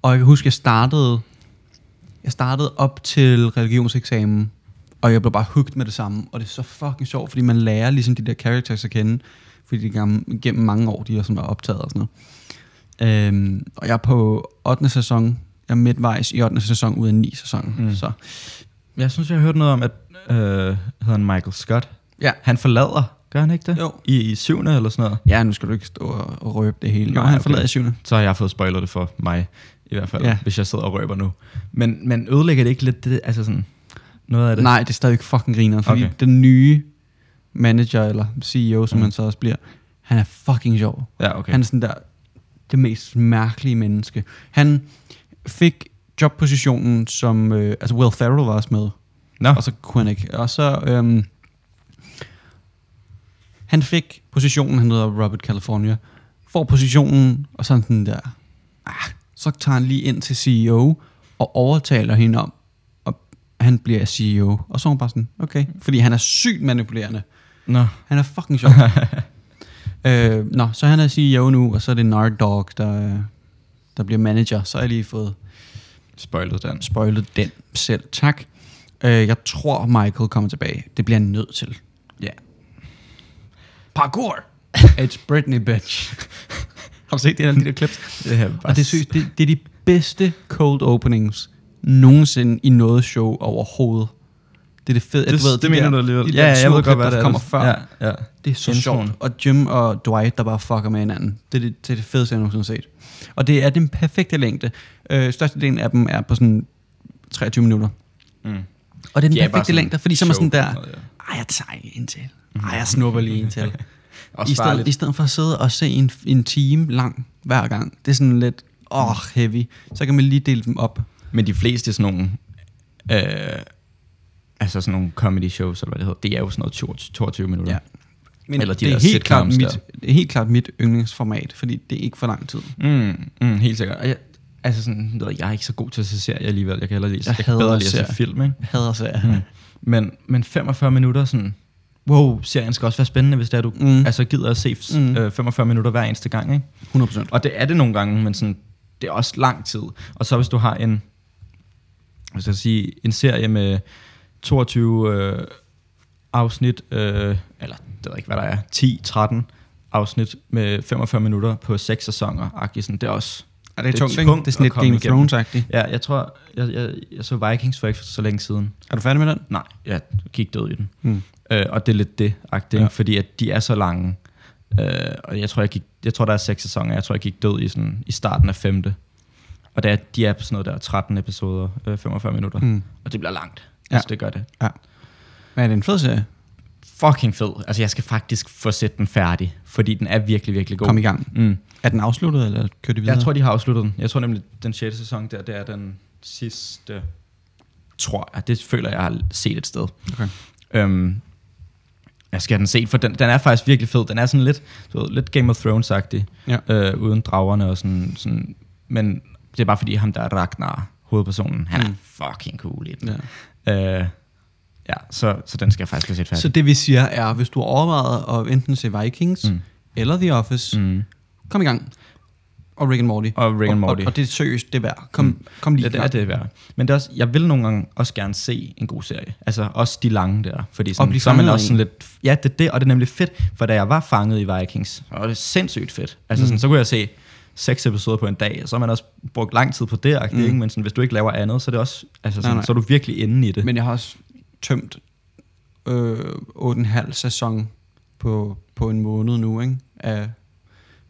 S1: Og jeg kan huske, jeg startede, jeg startede op til religionseksamen, og jeg blev bare hugt med det samme. Og det er så fucking sjovt, fordi man lærer ligesom de der characters at kende, fordi de gennem, gennem mange år, de har sådan været optaget og sådan noget. Øhm, og jeg er på 8. sæson, jeg er midtvejs i 8. sæson ud af 9 sæsonen.
S2: Mm.
S1: Mm. Så
S2: Jeg synes, jeg har hørt noget om, at øh, hedder han Michael Scott.
S1: Ja.
S2: Han forlader, gør han ikke det?
S1: Jo.
S2: I, i syvende eller sådan noget?
S1: ja, nu skal du ikke stå og og røbe det hele. Jo,
S2: Nej,
S1: han
S2: okay.
S1: forlader 7.
S2: Så har jeg fået spoilet det for mig, i hvert fald, ja.
S1: Ja.
S2: hvis jeg sidder og røber nu. Men, men ødelægger det ikke lidt det, altså sådan, noget af det?
S1: Nej, det er stadig fucking griner, fordi
S2: Okay.
S1: okay. den nye manager, eller CEO, som
S2: Mm.
S1: mm. han så også bliver, han er fucking sjov.
S2: Ja, okay.
S1: Okay. Han er sådan der, det mest mærkelige menneske. Han fik jobpositionen, som øh, altså Will Ferrell var også med,
S2: Nå.
S1: og så kunne han ikke. Og så, øhm, han fik positionen, han hedder Robert California, får positionen, og sådan den der, ah, så tager han lige ind til CEO, og overtaler hende om, og han bliver CEO. Og så er hun bare sådan, okay, fordi han er sygt manipulerende.
S2: Nå.
S1: Han er fucking sjov. øh, nå, så han er CEO nu, og så er det Nard Dog, der, der bliver manager. Så har jeg lige fået
S2: Spoilet den.
S1: spoilet den selv. Tak. Øh, jeg tror, Michael kommer tilbage. Det bliver han nødt til.
S2: Ja.
S1: Parkour! It's Britney, bitch. har du set det af de der clips?
S2: Det her bare
S1: Og det, er seriøst, det, det er de bedste cold openings nogensinde i noget show overhovedet. Det er det fede.
S2: det,
S1: du ved, de
S2: det, det mener
S1: der-
S2: du alligevel.
S1: De ja, jeg ved godt, hvad der
S2: er.
S1: kommer før.
S2: Ja, ja.
S1: Det er så
S2: Introen.
S1: sjovt. Og Jim og Dwight, der bare fucker med hinanden. Det er det, det, er det fedeste, jeg nogensinde har set. Og det er den perfekte længde. Øh, størstedelen af dem er på sådan 23 minutter.
S2: Mm.
S1: Og det er den
S2: De er bare
S1: perfekte
S2: sådan
S1: længde, fordi så er man sådan
S2: show
S1: der,
S2: og noget,
S1: ej, jeg tager lige en til. Ej, jeg snupper lige en til.
S2: Også
S1: I stedet, I stedet for at sidde og se en, en time lang hver gang. Det er sådan lidt, åh, oh, heavy. Så kan man lige dele dem op.
S2: Men de fleste sådan nogle, øh, altså sådan nogle comedy shows, eller hvad det hedder, det er jo sådan noget 22, 22 minutter.
S1: Ja. Men Eller
S2: Eller de
S1: de det, er
S2: der
S1: helt klart
S2: sitcoms
S1: mit, det er helt klart mit yndlingsformat, fordi det er ikke for lang tid.
S2: Mm, mm, helt sikkert. Og jeg, altså sådan, ved jeg, jeg er ikke så god til at se serier alligevel. Jeg kan hellere lide,
S1: Jeg
S2: jeg, jeg kan
S1: hader
S2: bedre lide at
S1: serier. Mhm.
S2: se film, ikke?
S1: Jeg hader serier.
S2: Men, men 45 minutter sådan, wow, serien skal også være spændende, hvis det er, du
S1: Mm.
S2: mm. altså gider at se
S1: Mm.
S2: mm. øh, 45 minutter hver eneste gang, ikke?
S1: 100%.
S2: Og det er det nogle gange, men sådan, det er også lang tid. Og så hvis du har en, hvis jeg skal sige, en serie med 22 øh, afsnit, øh, eller det ved jeg ikke, hvad der er, 10-13 afsnit med 45 minutter på seks sæsoner, agtigt sådan, det er også...
S1: Er det,
S2: er
S1: det tungt, ikke?
S2: tungt
S1: Det er sådan
S2: at
S1: lidt
S2: komme
S1: Game of
S2: igennem.
S1: Thrones-agtigt.
S2: Ja, jeg tror, jeg, jeg, jeg så Vikings for ikke så længe siden.
S1: Er du færdig med den?
S2: Nej, jeg gik død i den.
S1: Mm.
S2: Øh, og det er lidt det, agtigt,
S1: Ja.
S2: ja. fordi at de er så lange. Øh, og jeg tror, jeg, gik, jeg tror, der er seks sæsoner. Jeg tror, jeg gik død i, sådan, i starten af femte. Og der, de er på sådan noget der 13 episoder, øh, 45 minutter.
S1: Mm.
S2: Mm. Og det bliver langt.
S1: Ja.
S2: Ja. Altså, det gør det.
S1: Men er det en fed serie?
S2: Fucking fed. Altså, jeg skal faktisk få set den færdig, fordi den er virkelig, virkelig god.
S1: Kom i gang.
S2: Mm.
S1: Er den afsluttet, eller kører de videre?
S2: Jeg tror, de har afsluttet den. Jeg tror nemlig, den 6. sæson der, det er den sidste, tror jeg. Det føler jeg, jeg har set et sted.
S1: Okay.
S2: Øhm, jeg skal have den set, for den, den er faktisk virkelig fed. Den er sådan lidt, du ved, lidt Game of Thrones-agtig,
S1: Ja.
S2: øh, uden dragerne og sådan, sådan. Men det er bare fordi, ham der er Ragnar, hovedpersonen, han mm. er
S1: Mm.
S2: fucking cool i den.
S1: Ja.
S2: Ja, øh, ja så, så den skal jeg faktisk have set færdig.
S1: Så det vi siger er, hvis du overvejer at enten se Vikings mm.
S2: Mm.
S1: eller The Office, mm.
S2: mm.
S1: kom i gang. Og Rick and Morty.
S2: Og Rick and Morty.
S1: Og, og det er seriøst, det er værd. Kom, mm. kom lige
S2: Ja,
S1: i
S2: det er
S1: gang.
S2: det værd. Men det er også, jeg vil nogle gange også gerne se en god serie. Altså også de lange der. Fordi
S1: blive
S2: sådan, så er man
S1: fanget
S2: også
S1: i
S2: sådan lidt... Ja, det er det, og det er nemlig fedt, for da jeg var fanget i Vikings, så var det sindssygt fedt. Altså mm. sådan, så kunne jeg se seks episoder på en dag, og så har man også brugt lang tid på det, mm. ikke? men sådan, hvis du ikke laver andet, så er, det også, altså sådan, nej,
S1: nej.
S2: nej. så er du virkelig inde i det. Men,
S1: Men jeg har også tømt øh, 8,5 sæson på, på en måned nu, ikke? Af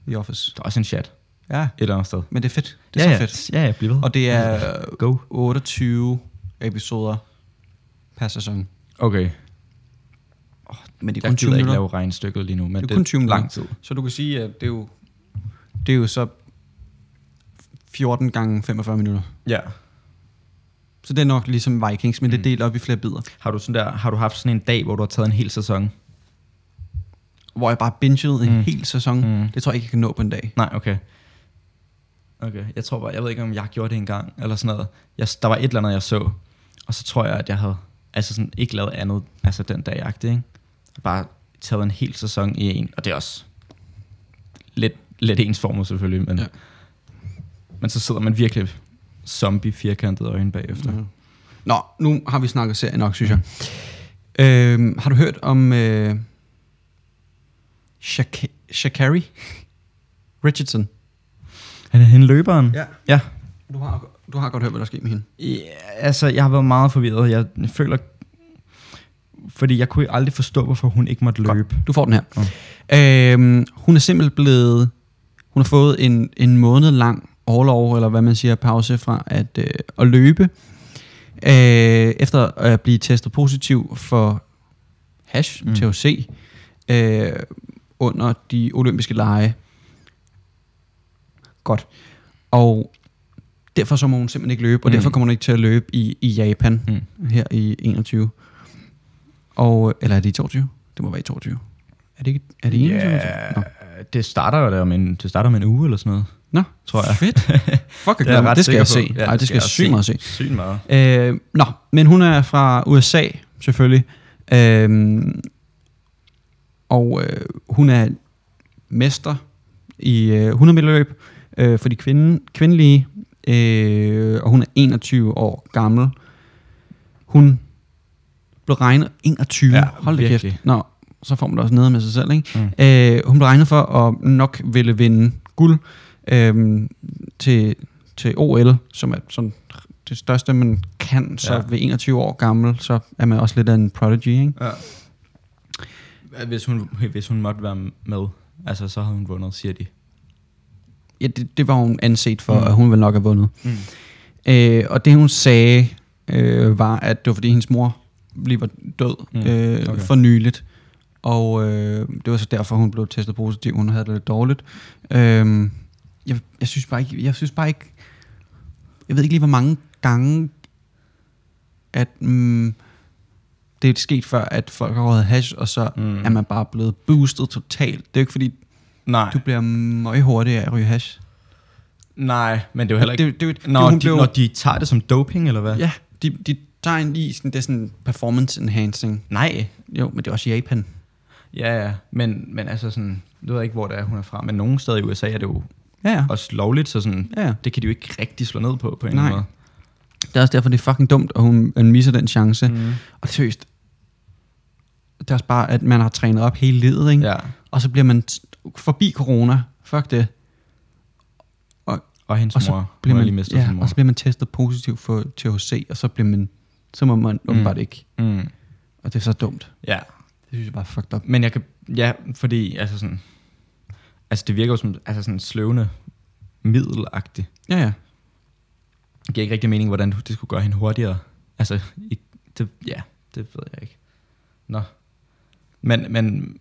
S1: The Office.
S2: der er også en chat et
S1: Ja,
S2: eller andet sted.
S1: men det er fedt. Det er
S2: ja,
S1: så fedt.
S2: Ja, ja, ja bliv ved.
S1: Og det er øh,
S2: Go.
S1: 28 episoder per sæson.
S2: Okay.
S1: Men det er
S2: Jeg
S1: kun 20
S2: gider ikke
S1: minutter.
S2: lave regnstykket lige nu, men
S1: Det er
S2: det er,
S1: kun 20
S2: lang
S1: minutter.
S2: tid.
S1: Så du kan sige, at det er jo, det er jo så 14 gange 45 minutter.
S2: Ja.
S1: Så det er nok ligesom Vikings, men mm. det er delt op i flere bidder.
S2: Har du, sådan der, har du haft sådan en dag, hvor du har taget en hel sæson?
S1: Hvor jeg bare bingede en mm. hel sæson. Mm.
S2: Mm.
S1: Det tror jeg ikke, jeg kan nå på en dag.
S2: Nej, okay. Okay, jeg tror bare, jeg ved ikke, om jeg gjorde det engang, eller sådan noget. Jeg, der var et eller andet, jeg så, og så tror jeg, at jeg havde altså sådan, ikke lavet andet altså den dag, agtig, ikke? Bare taget en hel sæson i en, og det er også lidt, lidt ensformet selvfølgelig, men,
S1: Ja.
S2: ja. men så sidder man virkelig zombie firkantede øjne bagefter.
S1: Mm. Nå, nu har vi snakket serie nok, synes jeg. Øhm, har du hørt om øh, Shak- Shakari Richardson?
S2: Han er hende løberen?
S1: Mhm. Ja.
S2: ja.
S1: Du har, du har godt hørt, hvad der skete med hende.
S2: Ja, altså, jeg har været meget forvirret. Jeg føler... Fordi jeg kunne aldrig forstå, hvorfor hun ikke måtte
S1: Godt.
S2: løbe.
S1: Du får den her. Okay. Øhm, hun er simpelthen blevet... Hun har fået en, en måned lang overlov, eller hvad man siger, pause fra at, øh, at løbe. Øh, efter at blive testet positiv for hash, mm.
S2: Mm.
S1: THC, øh, under de olympiske lege. Godt. Og Derfor så må hun simpelthen ikke løbe, og
S2: Mm.
S1: mm. derfor kommer hun ikke til at løbe i, i Japan mm. her i 21. Og, øh, eller er det i 22? Det må være i 22. Er det ikke er det i 21?
S2: Ja, det starter jo der om en, det starter om en uge eller sådan noget.
S1: Nå,
S2: Tror jeg.
S1: fedt. Fuck, jeg det, det skal jeg se. Ja, Ej, det skal jeg sygt meget se.
S2: Sygt meget.
S1: Øh, nå, men hun er fra USA, selvfølgelig. Øh, og øh, hun er mester i øh, 100 meter løb øh, for de kvinde, kvindelige, øh, og hun er 21 år gammel. Hun blev regnet 21.
S2: Ja,
S1: Ja, Hold da kæft.
S2: virkelig.
S1: Nå, så får man det også nede med sig selv, ikke?
S2: Mm.
S1: Mm. Øh, hun blev regnet for at nok ville vinde guld øh, til, til OL, som er sådan det største, man kan, så
S2: Ja.
S1: ja. ved 21 år gammel, så er man også lidt af en prodigy, ikke?
S2: Ja. Hvis hun, hvis hun måtte være med, altså så havde hun vundet, siger de.
S1: Ja, det, det var hun anset for,
S2: Mm.
S1: mm. at hun ville nok have vundet.
S2: Mm.
S1: Øh, og det hun sagde, øh, var, at det var fordi hendes mor lige var død
S2: Mm,
S1: mm. øh,
S2: okay.
S1: okay. for nyligt. Og øh, det var så derfor, hun blev testet positiv. Hun havde det lidt dårligt. Øh, jeg, jeg synes bare ikke, jeg synes bare ikke, jeg ved ikke lige, hvor mange gange, at mm, det er sket før, at folk har røget hash, og så
S2: Mm.
S1: mm. er man bare blevet boostet totalt. Det er jo ikke fordi,
S2: Nej,
S1: du bliver meget hurtigere af at ryge hash.
S2: nej, men det er jo heller ikke...
S1: Det, det, det,
S2: Når,
S1: det,
S2: de,
S1: hun blev,
S2: når de tager det som doping, eller hvad?
S1: Ja, de, de tager en i, sådan, det er sådan performance enhancing.
S2: Nej.
S1: Jo, men det er også Japan.
S2: Ja, ja. Men, men altså sådan, du ved ikke, hvor det er, hun er fra, men nogen steder i USA er det jo
S1: Ja, ja.
S2: også lovligt, så sådan,
S1: ja.
S2: det kan de jo ikke rigtig slå ned på, på en
S1: Nej.
S2: eller anden
S1: Det er også derfor, det er fucking dumt, og hun, hun misser den chance. Mm.
S2: måde.
S1: Og seriøst, det er også bare, at man har trænet op hele livet, ikke? Ja.
S2: Ja.
S1: Og så bliver man t- forbi corona. Fuck det.
S2: Og hendes
S1: Og så
S2: mor.
S1: Bliver
S2: hun har
S1: man,
S2: lige mistet
S1: ja,
S2: sin mor.
S1: og så bliver man testet positiv for THC, og så bliver man, så må man åbenbart ikke.
S2: Mm.
S1: Og det er så dumt.
S2: Ja.
S1: Det synes jeg bare er fucked up.
S2: Men jeg kan... Ja, fordi altså sådan... Altså det virker jo som altså sådan sløvende middelagtigt.
S1: Ja, ja.
S2: Det giver ikke rigtig mening, hvordan det skulle gøre hende hurtigere. Altså, ikke, det, ja, det ved jeg ikke. Nå. Men, men,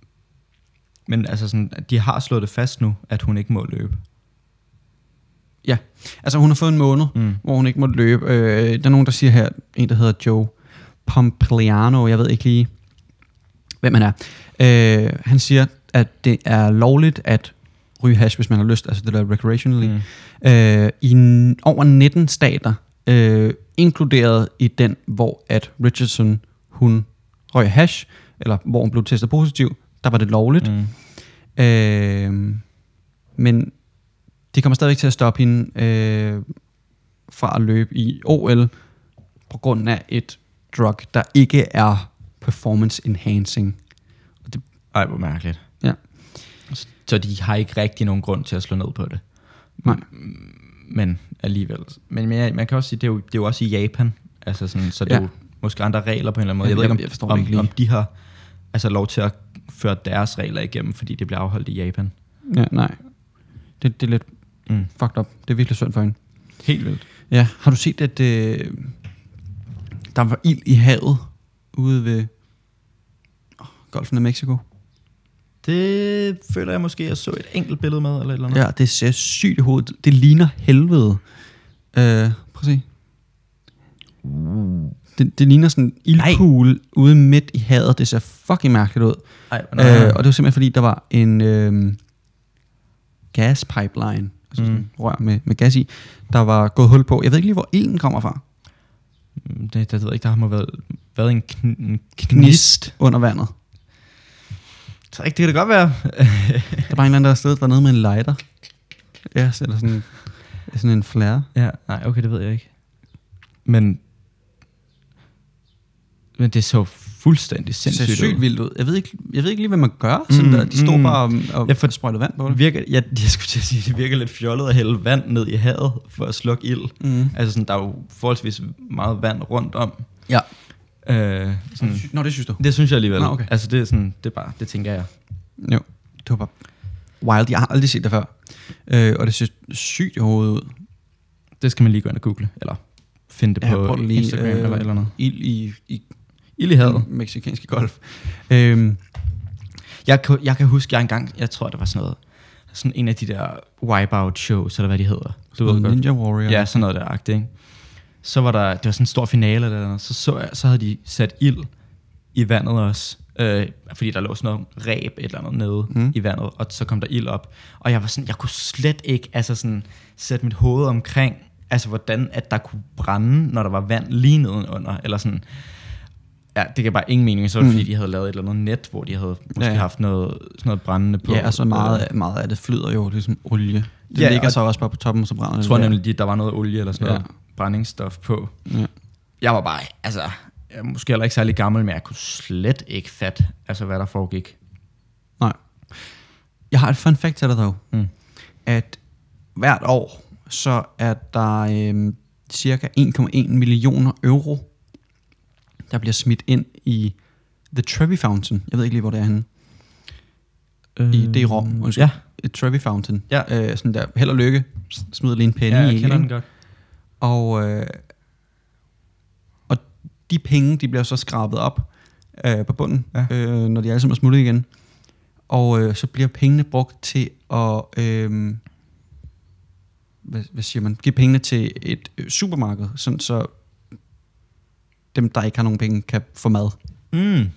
S2: men altså sådan, de har slået det fast nu, at hun ikke må løbe.
S1: Altså, hun har fået en måned,
S2: Mm.
S1: hvor hun ikke måtte løbe. Øh, der er nogen, der siger her, en der hedder Joe Pompliano, jeg ved ikke lige, hvem han er. Øh, han siger, at det er lovligt at ryge hash, hvis man har lyst, altså det der recreationally,
S2: Mm.
S1: mm. øh, i n- over 19 stater, øh, inkluderet i den, hvor at Richardson, hun røg hash, eller hvor hun blev testet positiv, der var det lovligt.
S2: Mm.
S1: Øh, men det kommer stadigvæk til at stoppe hende øh, fra at løbe i OL på grund af et drug, der ikke er performance enhancing.
S2: Ej, hvor mærkeligt.
S1: Ja.
S2: Så de har ikke rigtig nogen grund til at slå ned på det.
S1: Nej.
S2: Men alligevel. Men, men jeg- man kan også sige, det er jo, det er jo også i Japan. Altså sådan, så det ja. er
S1: Ja.
S2: jo måske andre regler på en eller anden måde.
S1: Ja,
S2: Jeg ved
S1: jeg- jeg
S2: ikke,
S1: forstår
S2: om,
S1: det
S2: om,
S1: ikke lige.
S2: om de har altså, lov til at føre deres regler igennem, fordi det bliver afholdt i Japan.
S1: Ja, nej. Det, det er lidt
S2: Mm.
S1: fucked up. Det er virkelig synd for hende.
S2: Helt vildt.
S1: Ja, har du set, at øh, der var ild i havet ude ved åh, Golfen af Mexico?
S2: Det føler jeg måske, jeg så et enkelt billede med, eller et eller andet.
S1: Ja, det ser sygt i hovedet. Det ligner helvede. Øh, prøv at se. Det, det ligner sådan en ildkugle ude midt i havet. Det ser fucking mærkeligt ud.
S2: Ej, hvor
S1: Øh,
S2: nice.
S1: og det var simpelthen fordi, der var en øh, gaspipeline, altså sådan
S2: Mm.
S1: mm. rør med, med gas i, der var gået hul på. Jeg ved ikke lige, hvor ilden kommer fra.
S2: Mm, det, det ved jeg ikke, der har været, været en, kn- en knist.
S1: Gnist under vandet.
S2: Så rigtigt kan det godt være.
S1: Der var en eller anden, der stod dernede med en lighter. Ja, så eller sådan, sådan en flare.
S2: Ja, nej, okay, det ved jeg ikke. Men, men det så fuldstændig
S1: Det ser
S2: sindssygt
S1: sygt
S2: ud.
S1: vildt ud. Jeg ved, ikke, jeg ved ikke lige, hvad man gør. Sådan
S2: Mm,
S1: mm, der. De stod
S2: mm.
S1: mm. bare og, og ja,
S2: Ja, for-
S1: for, sprøjtede vand på det.
S2: Virker, jeg, jeg skulle til at sige, det virker lidt fjollet at hælde vand ned i havet for at slukke ild.
S1: Mm.
S2: Altså, sådan, der er jo forholdsvis meget vand rundt om.
S1: Ja.
S2: Øh, sådan,
S1: Nå, det synes du.
S2: det synes jeg alligevel.
S1: Nå, okay.
S2: Altså, det er sådan, det er bare, det tænker jeg.
S1: Jo, det var bare wild. Jeg har aldrig set det før. Øh, og det ser sygt i hovedet ud.
S2: Det skal man lige gå ind og google, eller finde det
S1: Ja,
S2: på
S1: prøv lige,
S2: Instagram øh,
S1: øh,
S2: eller et eller andet.
S1: Ild i, i,
S2: Ild i havet.
S1: i mexikanske golf. Øhm,
S2: Jeg kan, jeg kan huske, jeg engang, jeg tror, det var sådan noget, sådan en af de der wipeout shows, eller hvad de hedder. Du ved
S1: Noget
S2: godt.
S1: Ninja Warrior.
S2: Ja, sådan noget der agtigt, ikke? Så var der, det var sådan en stor finale eller noget, så, så, jeg, så havde de sat ild i vandet også, øh, fordi der lå sådan noget ræb et eller andet nede mm. i vandet, og så kom der ild op. Og jeg var sådan, jeg kunne slet ikke altså sådan, sætte mit hoved omkring, altså hvordan at der kunne brænde, når der var vand lige nedenunder, eller sådan. Ja, det gav bare ingen mening, så var det, fordi de havde lavet et eller andet net, hvor de havde måske
S1: Mm. Ja,
S2: ja.
S1: ja.
S2: haft noget, sådan noget brændende på.
S1: Ja, og så meget, af- meget af det flyder jo ligesom olie. Det
S2: Ja,
S1: ja, ligger
S2: og-
S1: så også bare på toppen, og så brænder
S2: Jeg
S1: det.
S2: tror
S1: der.
S2: nemlig, at der var noget olie eller sådan noget
S1: Ja.
S2: brændingsstof på.
S1: Ja.
S2: Jeg var bare, altså, jeg er måske heller ikke særlig gammel, men jeg kunne slet ikke fatte, altså, hvad der foregik.
S1: Nej. Jeg har et fun fact til dig dog.
S2: Mm.
S1: At hvert år, så er der øhm, cirka 1,1 millioner euro, der bliver smidt ind i The Trevi Fountain. Jeg ved ikke lige, hvor det er henne. Øh, I, det er i Rom, undskyld.
S2: Øhm, ja.
S1: Et Trevi Fountain.
S2: Ja.
S1: Øh, sådan der, held og lykke, S- smider lige en penge i. ikke?
S2: godt.
S1: Og, øh, og de penge, de bliver så skrabet op øh, på bunden,
S4: Ja.
S1: ja. øh, når de alle sammen er smuttet igen. Og øh, så bliver pengene brugt til at... Øh, hvad, hvad siger man? Give pengene til et øh, supermarked, sådan så dem, der ikke har nogen penge, kan få mad.
S2: Mm.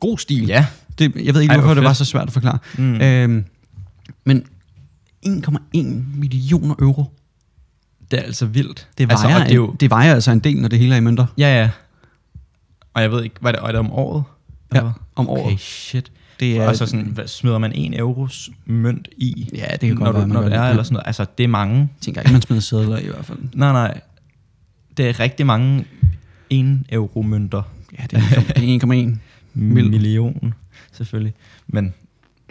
S1: God stil.
S2: Ja.
S1: Det, jeg ved ikke,
S2: Ej,
S1: hvorfor
S2: hvor
S1: det var
S2: fedt.
S1: så svært at forklare.
S2: Mm.
S1: Øhm, men 1,1 millioner euro.
S2: Det er altså vildt.
S1: Det
S2: altså,
S1: vejer,
S2: og
S1: altså,
S2: det er jo,
S1: det vejer altså en del, når det hele er i mønter.
S2: Ja, ja. Og jeg ved ikke, hvad det, og er det om året?
S1: Ja,
S2: Eller
S1: om
S2: hvad?
S1: året.
S2: Okay, shit.
S1: Det
S2: Ja,
S1: er,
S2: og så sådan, hvad, smider man en euros mønt i?
S1: Ja, det kan
S2: når
S1: godt
S2: du,
S1: være, man
S2: Når
S1: gør
S2: det
S1: det.
S2: er,
S1: Ja.
S2: eller sådan noget. Altså, det er mange.
S1: tænker ikke, man smider sædler i hvert fald.
S2: Nej, nej. Det er rigtig mange 1 euro mønter.
S1: Ja, det er 1,1.
S2: Mil- million, selvfølgelig. Men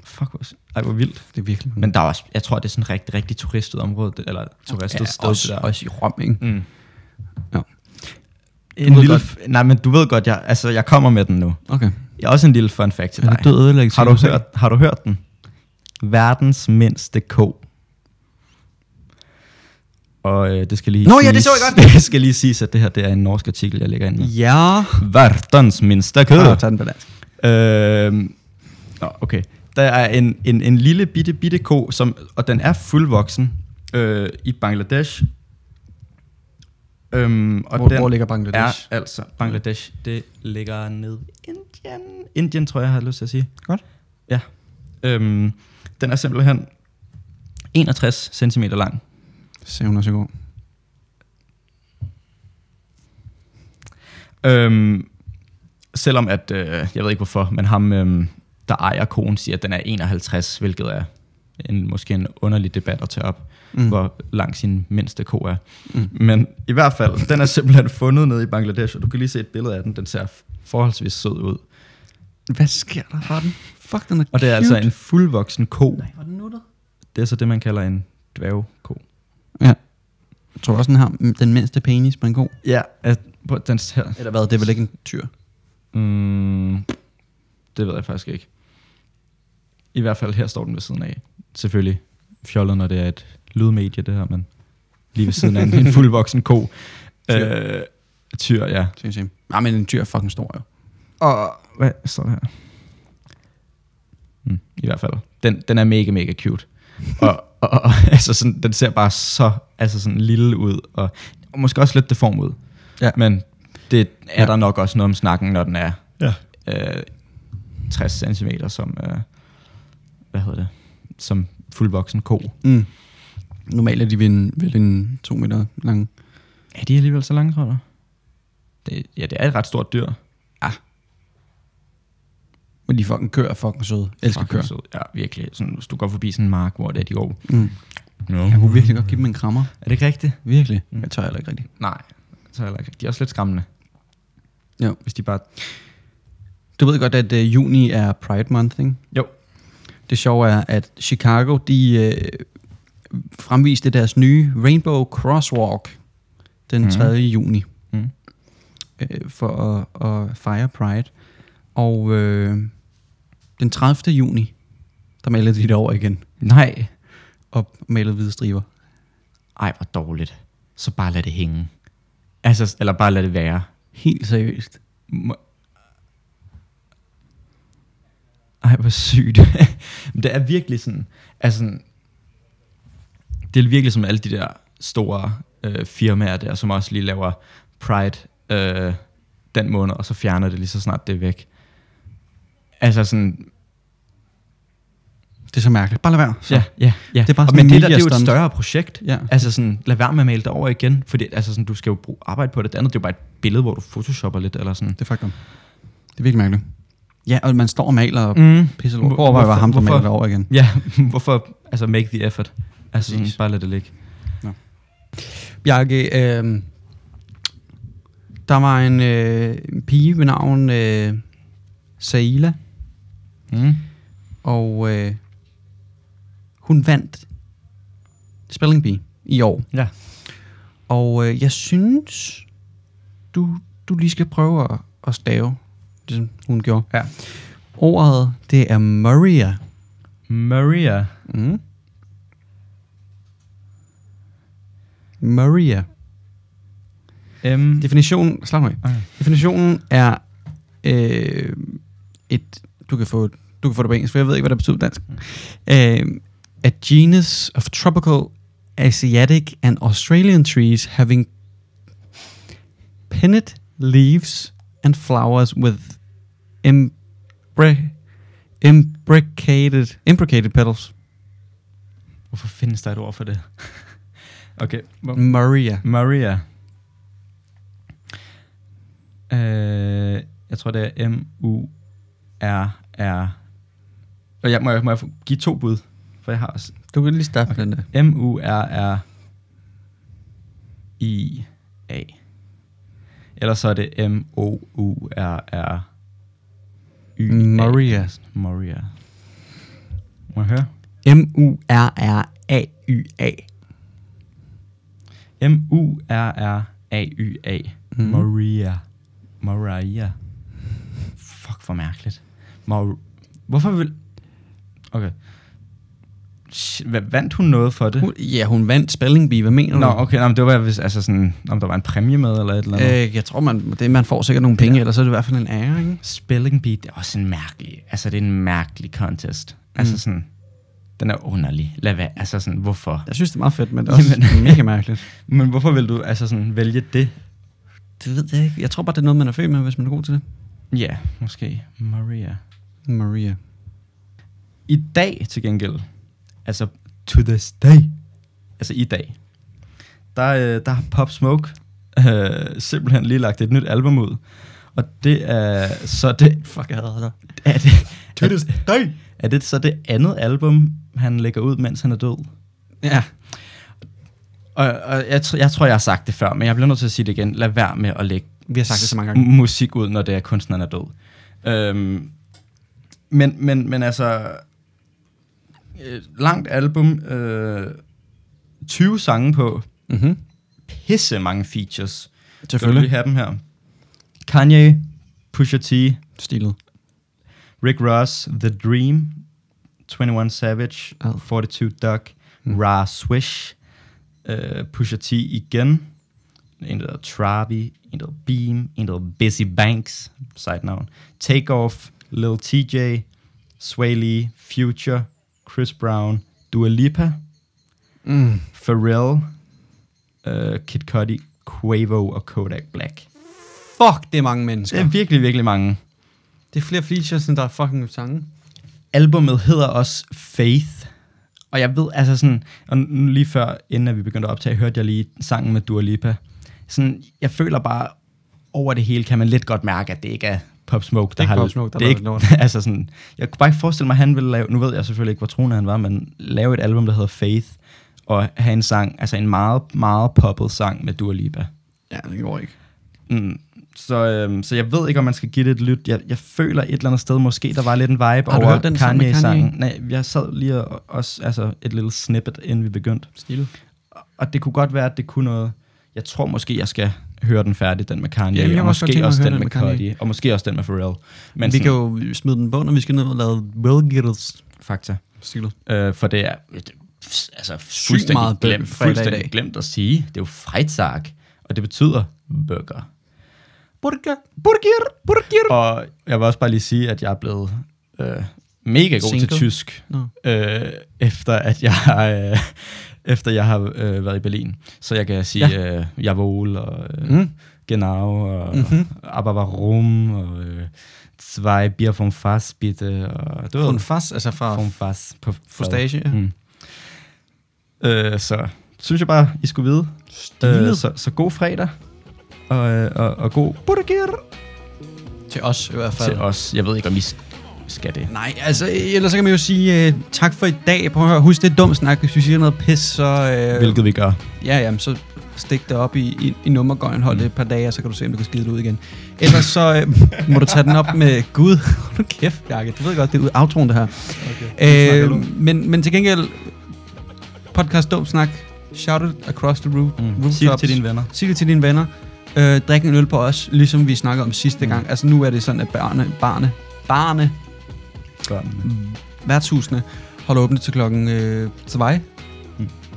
S2: fuck, hvor, s- ej, hvor vildt.
S1: Det er virkelig mange.
S2: Men der er også, jeg tror, det er sådan et rigtig, rigtig turistet område, det- eller turistet ja, sted.
S1: også,
S2: det der.
S1: også i Rom, ikke?
S2: Mm.
S1: Ja.
S2: En
S1: ved
S2: lille,
S1: godt-
S2: f- nej, men du ved godt, jeg, altså, jeg kommer med den nu.
S1: Okay.
S2: Jeg har også en lille fun fact til
S1: Er
S2: dig.
S1: det død ødelæggelse?
S2: Har du, hørt, har du hørt den? Verdens mindste ko. Og øh, det skal lige
S1: Nå, ja, det
S2: siges-
S1: så jeg godt.
S2: Det skal lige siges, at det her det er en norsk artikel, jeg lægger ind i.
S1: Ja.
S2: Verdens mindste ko.
S1: Ah, tag den på dansk.
S2: Øh, nå, okay. Der er en, en, en lille bitte, bitte ko, som, og den er fuldvoksen øh, i Bangladesh. Øhm, og
S1: Hvor-
S2: den
S1: hvor ligger Bangladesh?
S2: Er, altså, Bangladesh, det ligger ned i Indien. Indien, tror jeg, jeg har lyst til at sige.
S1: Godt.
S2: Ja. Øhm, den er simpelthen 61 cm lang.
S1: Se hun også i går.
S2: Øhm, selvom at, øh, jeg ved ikke hvorfor, men ham, øhm, der ejer konen, siger, at den er 51, hvilket er en, måske en underlig debat at tage op, mm. hvor lang sin mindste ko er. Mm. Men i hvert fald, den er simpelthen fundet nede i Bangladesh, og du kan lige se et billede af den. Den ser forholdsvis sød ud.
S1: Mm. Hvad sker der fra den? Fuck, den er
S2: Og det er altså en fuldvoksen ko.
S1: Var den nuttet?
S2: Det er så det, man kalder en dværgko.
S1: Ja. Jeg tror også, den har m- den mindste penis på en god.
S2: Ja, at, på den her.
S1: Eller hvad, det er vel ikke en tyr?
S2: Mm, det ved jeg faktisk ikke. I hvert fald her står den ved siden af. Selvfølgelig fjollet, når det er et lydmedie, det her, men lige ved siden af en, en fuldvoksen ko. Øh, tyr, ja.
S1: Sim, sim. Nej, men en tyr er fucking stor jo.
S2: Og hvad står der her? Mm, I hvert fald. Den, den er mega, mega cute. og, og, og altså sådan, den ser bare så altså sådan lille ud, og, og måske også lidt deform ud.
S1: Ja.
S2: Men det er
S1: Ja.
S2: ja. der nok også noget om snakken, når den er
S4: Ja.
S2: øh, 60 cm som, øh, hvad hedder det, som fuldvoksen ko.
S1: Mm. Normalt er de ved en, ved en to meter lange.
S2: Er de alligevel så lange, tror du? Det, ja, det er et ret stort dyr.
S1: Men de fucking kører er fucking søde. Elsker
S2: Fucking
S1: køer.
S2: sød. Ja, virkelig. Sådan, hvis du går forbi sådan en mark, hvor det er de går.
S1: Mm.
S2: No.
S1: Jeg kunne virkelig godt give dem en krammer.
S2: Er det ikke rigtigt?
S1: Virkelig. Mm. Jeg tør heller ikke rigtigt.
S2: Nej, så er jeg heller ikke. De er også lidt skræmmende.
S1: Jo.
S2: Hvis de bare...
S1: Du ved godt, at øh, juni er Pride Month, ikke?
S2: Jo.
S1: Det sjove er, at Chicago, de øh, fremviste deres nye Rainbow Crosswalk den 3. Mm. juni
S2: Mm.
S1: øh, for at, at fejre Pride. Og øh, den 30. juni, der malede de det over igen
S2: Nej.
S1: og malede hvide striber.
S2: Ej, hvor dårligt. Så bare lad det hænge. Altså, eller bare lad det være.
S1: Helt seriøst.
S2: Må... Ej, hvor sygt. Men det er virkelig sådan, altså sådan, det er virkelig som alle de der store øh, firmaer der, som også lige laver Pride øh, den måned, og så fjerner det lige så snart det er væk. Altså sådan,
S1: Det er så mærkeligt. Bare lad være. Så.
S2: ja, ja, ja.
S1: Det er bare
S2: Og
S1: sådan
S2: Men
S1: en
S2: det, der, det er jo et
S1: mediastunt.
S2: større projekt.
S1: Ja.
S2: Altså sådan, lad være med at male det over igen, fordi altså sådan, du skal jo bruge arbejde på det. Det andet, det er jo bare et billede, hvor du photoshopper lidt, eller sådan.
S1: Det er faktum. Det er virkelig mærkeligt. Ja, og man står og maler og
S2: Mm.
S1: pisser lort.
S2: Hvor-
S1: Overvej, var
S2: hvorfor-
S1: ham, der maler
S2: hvorfor-
S1: det over igen.
S2: Ja, hvorfor altså make the effort? Altså sådan,
S1: Præcis.
S2: bare lad det ligge.
S1: Bjarke, øh, der var en øh, en pige ved navn øh, Saila,
S5: Mm.
S1: og øh, hun vandt Spelling Bee i år.
S2: Ja.
S1: Og øh, jeg synes, du, du lige skal prøve at, at stave, det som hun gjorde.
S2: Ja.
S1: Ordet, det er Maria.
S2: Maria.
S1: Mm. Maria.
S2: M.
S1: Definitionen, slap nu af.
S2: Okay.
S1: Definitionen er øh, et, du kan, få, du kan få det på engelsk, for jeg ved ikke, hvad det betyder på dansk. Øh, a genus of tropical Asiatic and Australian trees having pinnate leaves and flowers with imbri- imbricated, imbricated petals.
S2: Hvorfor findes der et ord for det? okay. hvor-
S1: Maria.
S2: Maria. Øh, jeg tror, det er M-U-R-R. Og jeg må, jeg, må jeg få- give to bud? For jeg har også
S1: Du kan lige starte okay. den der.
S2: M-U-R-R-I-A. Eller så er det M-O-U-R-R-Y-A.
S1: Maria.
S2: Maria. Må jeg høre?
S1: M-U-R-R-A-Y-A.
S2: M-U-R-R-A-Y-A.
S1: Mhm.
S2: Maria. Maria. Fuck, for mærkeligt. Mar- Hvorfor vil... Okay. Shit, hvad- vandt hun noget for det?
S1: Hun- Ja, hun vandt Spelling Bee. Hvad mener
S2: Nå,
S1: du?
S2: okay, nå, men det var hvis, altså sådan, om der var en præmie med eller et eller andet. Øh.
S1: Øh, jeg tror, man, det, man får sikkert nogle penge, ja. ellers er det i hvert fald en ære, ikke?
S2: Spelling Bee, det er også en mærkelig, altså det er en mærkelig contest. Mm. Altså sådan, den er underlig. Lad være, altså sådan, hvorfor?
S1: Jeg synes, det er meget fedt, men det er også
S2: Jamen.
S1: mega mærkeligt.
S2: Men hvorfor vil du altså sådan vælge det?
S1: Det ved jeg ikke. Jeg tror bare, det er noget, man er født med, hvis man er god til det.
S2: Ja, måske Maria.
S1: Maria.
S2: I dag til gengæld, altså to this day, altså i dag, der, øh, der har Pop Smoke øh, simpelthen lige lagt et nyt album ud. Og det er så det... Fuck, jeg hader dig. Er det,
S5: To this day.
S2: Er det så det andet album, han lægger ud, mens han er død?
S1: Ja.
S2: Og, og jeg, tr- jeg tror, jeg har sagt det før, men jeg bliver nødt til at sige det igen. Lad være med at lægge
S1: Vi har sagt det så mange
S2: s-
S1: gange.
S2: musik ud, når det er kunstneren er død. Øhm, men, men, men altså, et langt album, øh, 20 sange på,
S1: Mm-hmm.
S2: pisse mange features. Skal vi lige
S1: Selvfølgelig.
S2: have dem her? Kanye, Pusha T,
S1: Stilet.
S2: Rick Ross, The Dream, 21 Savage,
S1: Ad.
S2: 42 Duck,
S1: Mm.
S2: Ra Swish, uh, Pusha T igen, en der hedder Travi, en der hedder Beam, en der hedder Busy Banks, side navn, Takeoff, Lil TJ, Sway Lee, Future, Chris Brown, Dua Lipa,
S1: Mm.
S2: Pharrell, uh, Kid Cudi, Quavo og Kodak Black.
S1: Fuck, det er mange
S2: Det
S1: mennesker.
S2: er virkelig, virkelig mange.
S1: Det er flere features, end der er fucking sange.
S2: albummet hedder også Faith. Og jeg ved, altså sådan, og nu lige før, inden at vi begyndte at optage, hørte jeg lige sangen med Dua Lipa. Sådan, jeg føler bare, over det hele kan man lidt godt mærke, at det ikke er Pop Smoke, der
S1: ikke
S2: har...
S1: Pop Smoke, der
S2: det er
S1: har lavet
S2: ikke, altså sådan, jeg kunne bare ikke forestille mig, at han ville lave, nu ved jeg selvfølgelig ikke, hvor troende han var, men lave et album, der hedder Faith, og have en sang, altså en meget, meget poppet sang med Dua Lipa.
S1: Ja, det går ikke.
S2: Mm. Så, øhm, så jeg ved ikke, om man skal give det et lyt. Jeg, jeg føler et eller andet sted, måske der var lidt en vibe Har
S1: du
S2: over
S1: hørt den sang med
S2: Kanye-sangen. Nej, jeg sad lige og, også altså, et lille snippet, inden vi begyndte.
S1: Stilet.
S2: Og- Og det kunne godt være, at det kunne noget. Jeg tror måske, jeg skal høre den færdig, den med Kanye.
S1: Ja, jeg
S2: og
S1: kunne også godt
S2: måske
S1: tænke mig at
S2: også
S1: høre
S2: den med
S1: den med
S2: Cudi. Og måske også den med Pharrell. Men
S1: Men vi kan jo smide den på, når vi skal ned og lave Will Gittles.
S2: Fakta.
S1: Stilet.
S2: Øh, for det er det, altså, fuldstændig,
S1: meget bøl
S2: glemt,
S1: fredag i
S2: fuldstændig
S1: dag.
S2: glemt at sige. Det er jo Freitag, og det betyder burger.
S1: Burger. Burger. Burger.
S2: Og jeg vil også bare lige sige, at jeg er blevet øh, mega god
S1: Single?
S2: til tysk,
S1: Nå.
S2: øh, efter at jeg har, øh, efter jeg har øh, været i Berlin. Så jeg kan sige, ja. øh, jawohl, og øh, mm. genau, og mm-hmm. aber warum, og øh, zwei Bier vom Fass, bitte, og du ved,
S1: Von Fass, altså fra
S2: vom Fass på
S1: Fustage. Ja.
S2: Mm. Øh, så synes jeg bare, I skulle vide. Øh, så, så god fredag, og, øh, og, og god burger
S1: Til os i hvert fald.
S2: til os. Jeg ved ikke, om I s- skal det.
S1: Nej, altså ellers så kan man jo sige øh, tak for i dag. Prøv at høre, husk det er dum snak. Hvis du siger noget pis, så... Øh,
S2: Hvilket vi gør.
S1: Ja, jamen, så stik det op i, i, i nummergøjen, hold det et par dage, og så kan du se, om du kan skide det ud igen. Ellers så øh, må du tage den op med Gud. Hold nu kæft, Bjarke. Du ved godt, det er ud- outroen, det her. Okay.
S2: mm.
S1: Øh, men, men til gengæld, podcast Dum Snak, shout it across the root, mm. rooftops.
S6: Sig det til dine venner.
S1: Sig det til dine venner. Øh, drik en øl på os, ligesom vi snakkede om sidste gang. Altså nu er det sådan, at barne, barne, barne, mm,
S2: Børnene.
S1: værtshusene holder åbent til klokken 2. Øh, zwei.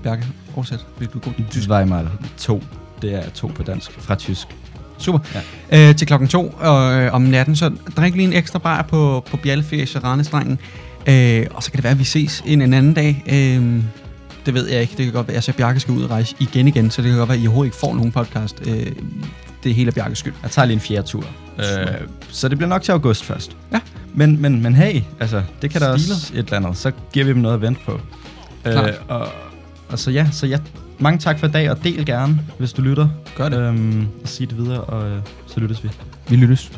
S1: Bjarke, oversæt, fordi du er god i tysk.
S2: Zweimal. To. Det er to på dansk. Fra tysk.
S1: Super. Ja. Øh, til klokken to øh, om natten, så drik lige en ekstra bar på, på Bjallefjæs og Randestrengen. Øh, og så kan det være, at vi ses en, en anden dag. Øh, det ved jeg ikke. Det kan godt være, altså Bjarke skal ud og rejse igen igen, så det kan godt være, at I overhovedet ikke får nogen podcast. Øh, det er hele af Bjarkes skyld.
S2: Jeg tager lige en fjerde tur. Øh, så det bliver nok til august først.
S1: Ja.
S2: Men, men, men hey, altså, det kan der
S1: Stilet.
S2: også et eller andet. Så giver vi dem noget at vente på. Øh,
S1: Klart.
S2: og, og så ja, så ja, mange tak for i dag, og del gerne, hvis du lytter.
S1: Gør det.
S2: Øhm, og sig det videre, og øh, så lyttes vi.
S1: Vi lyttes.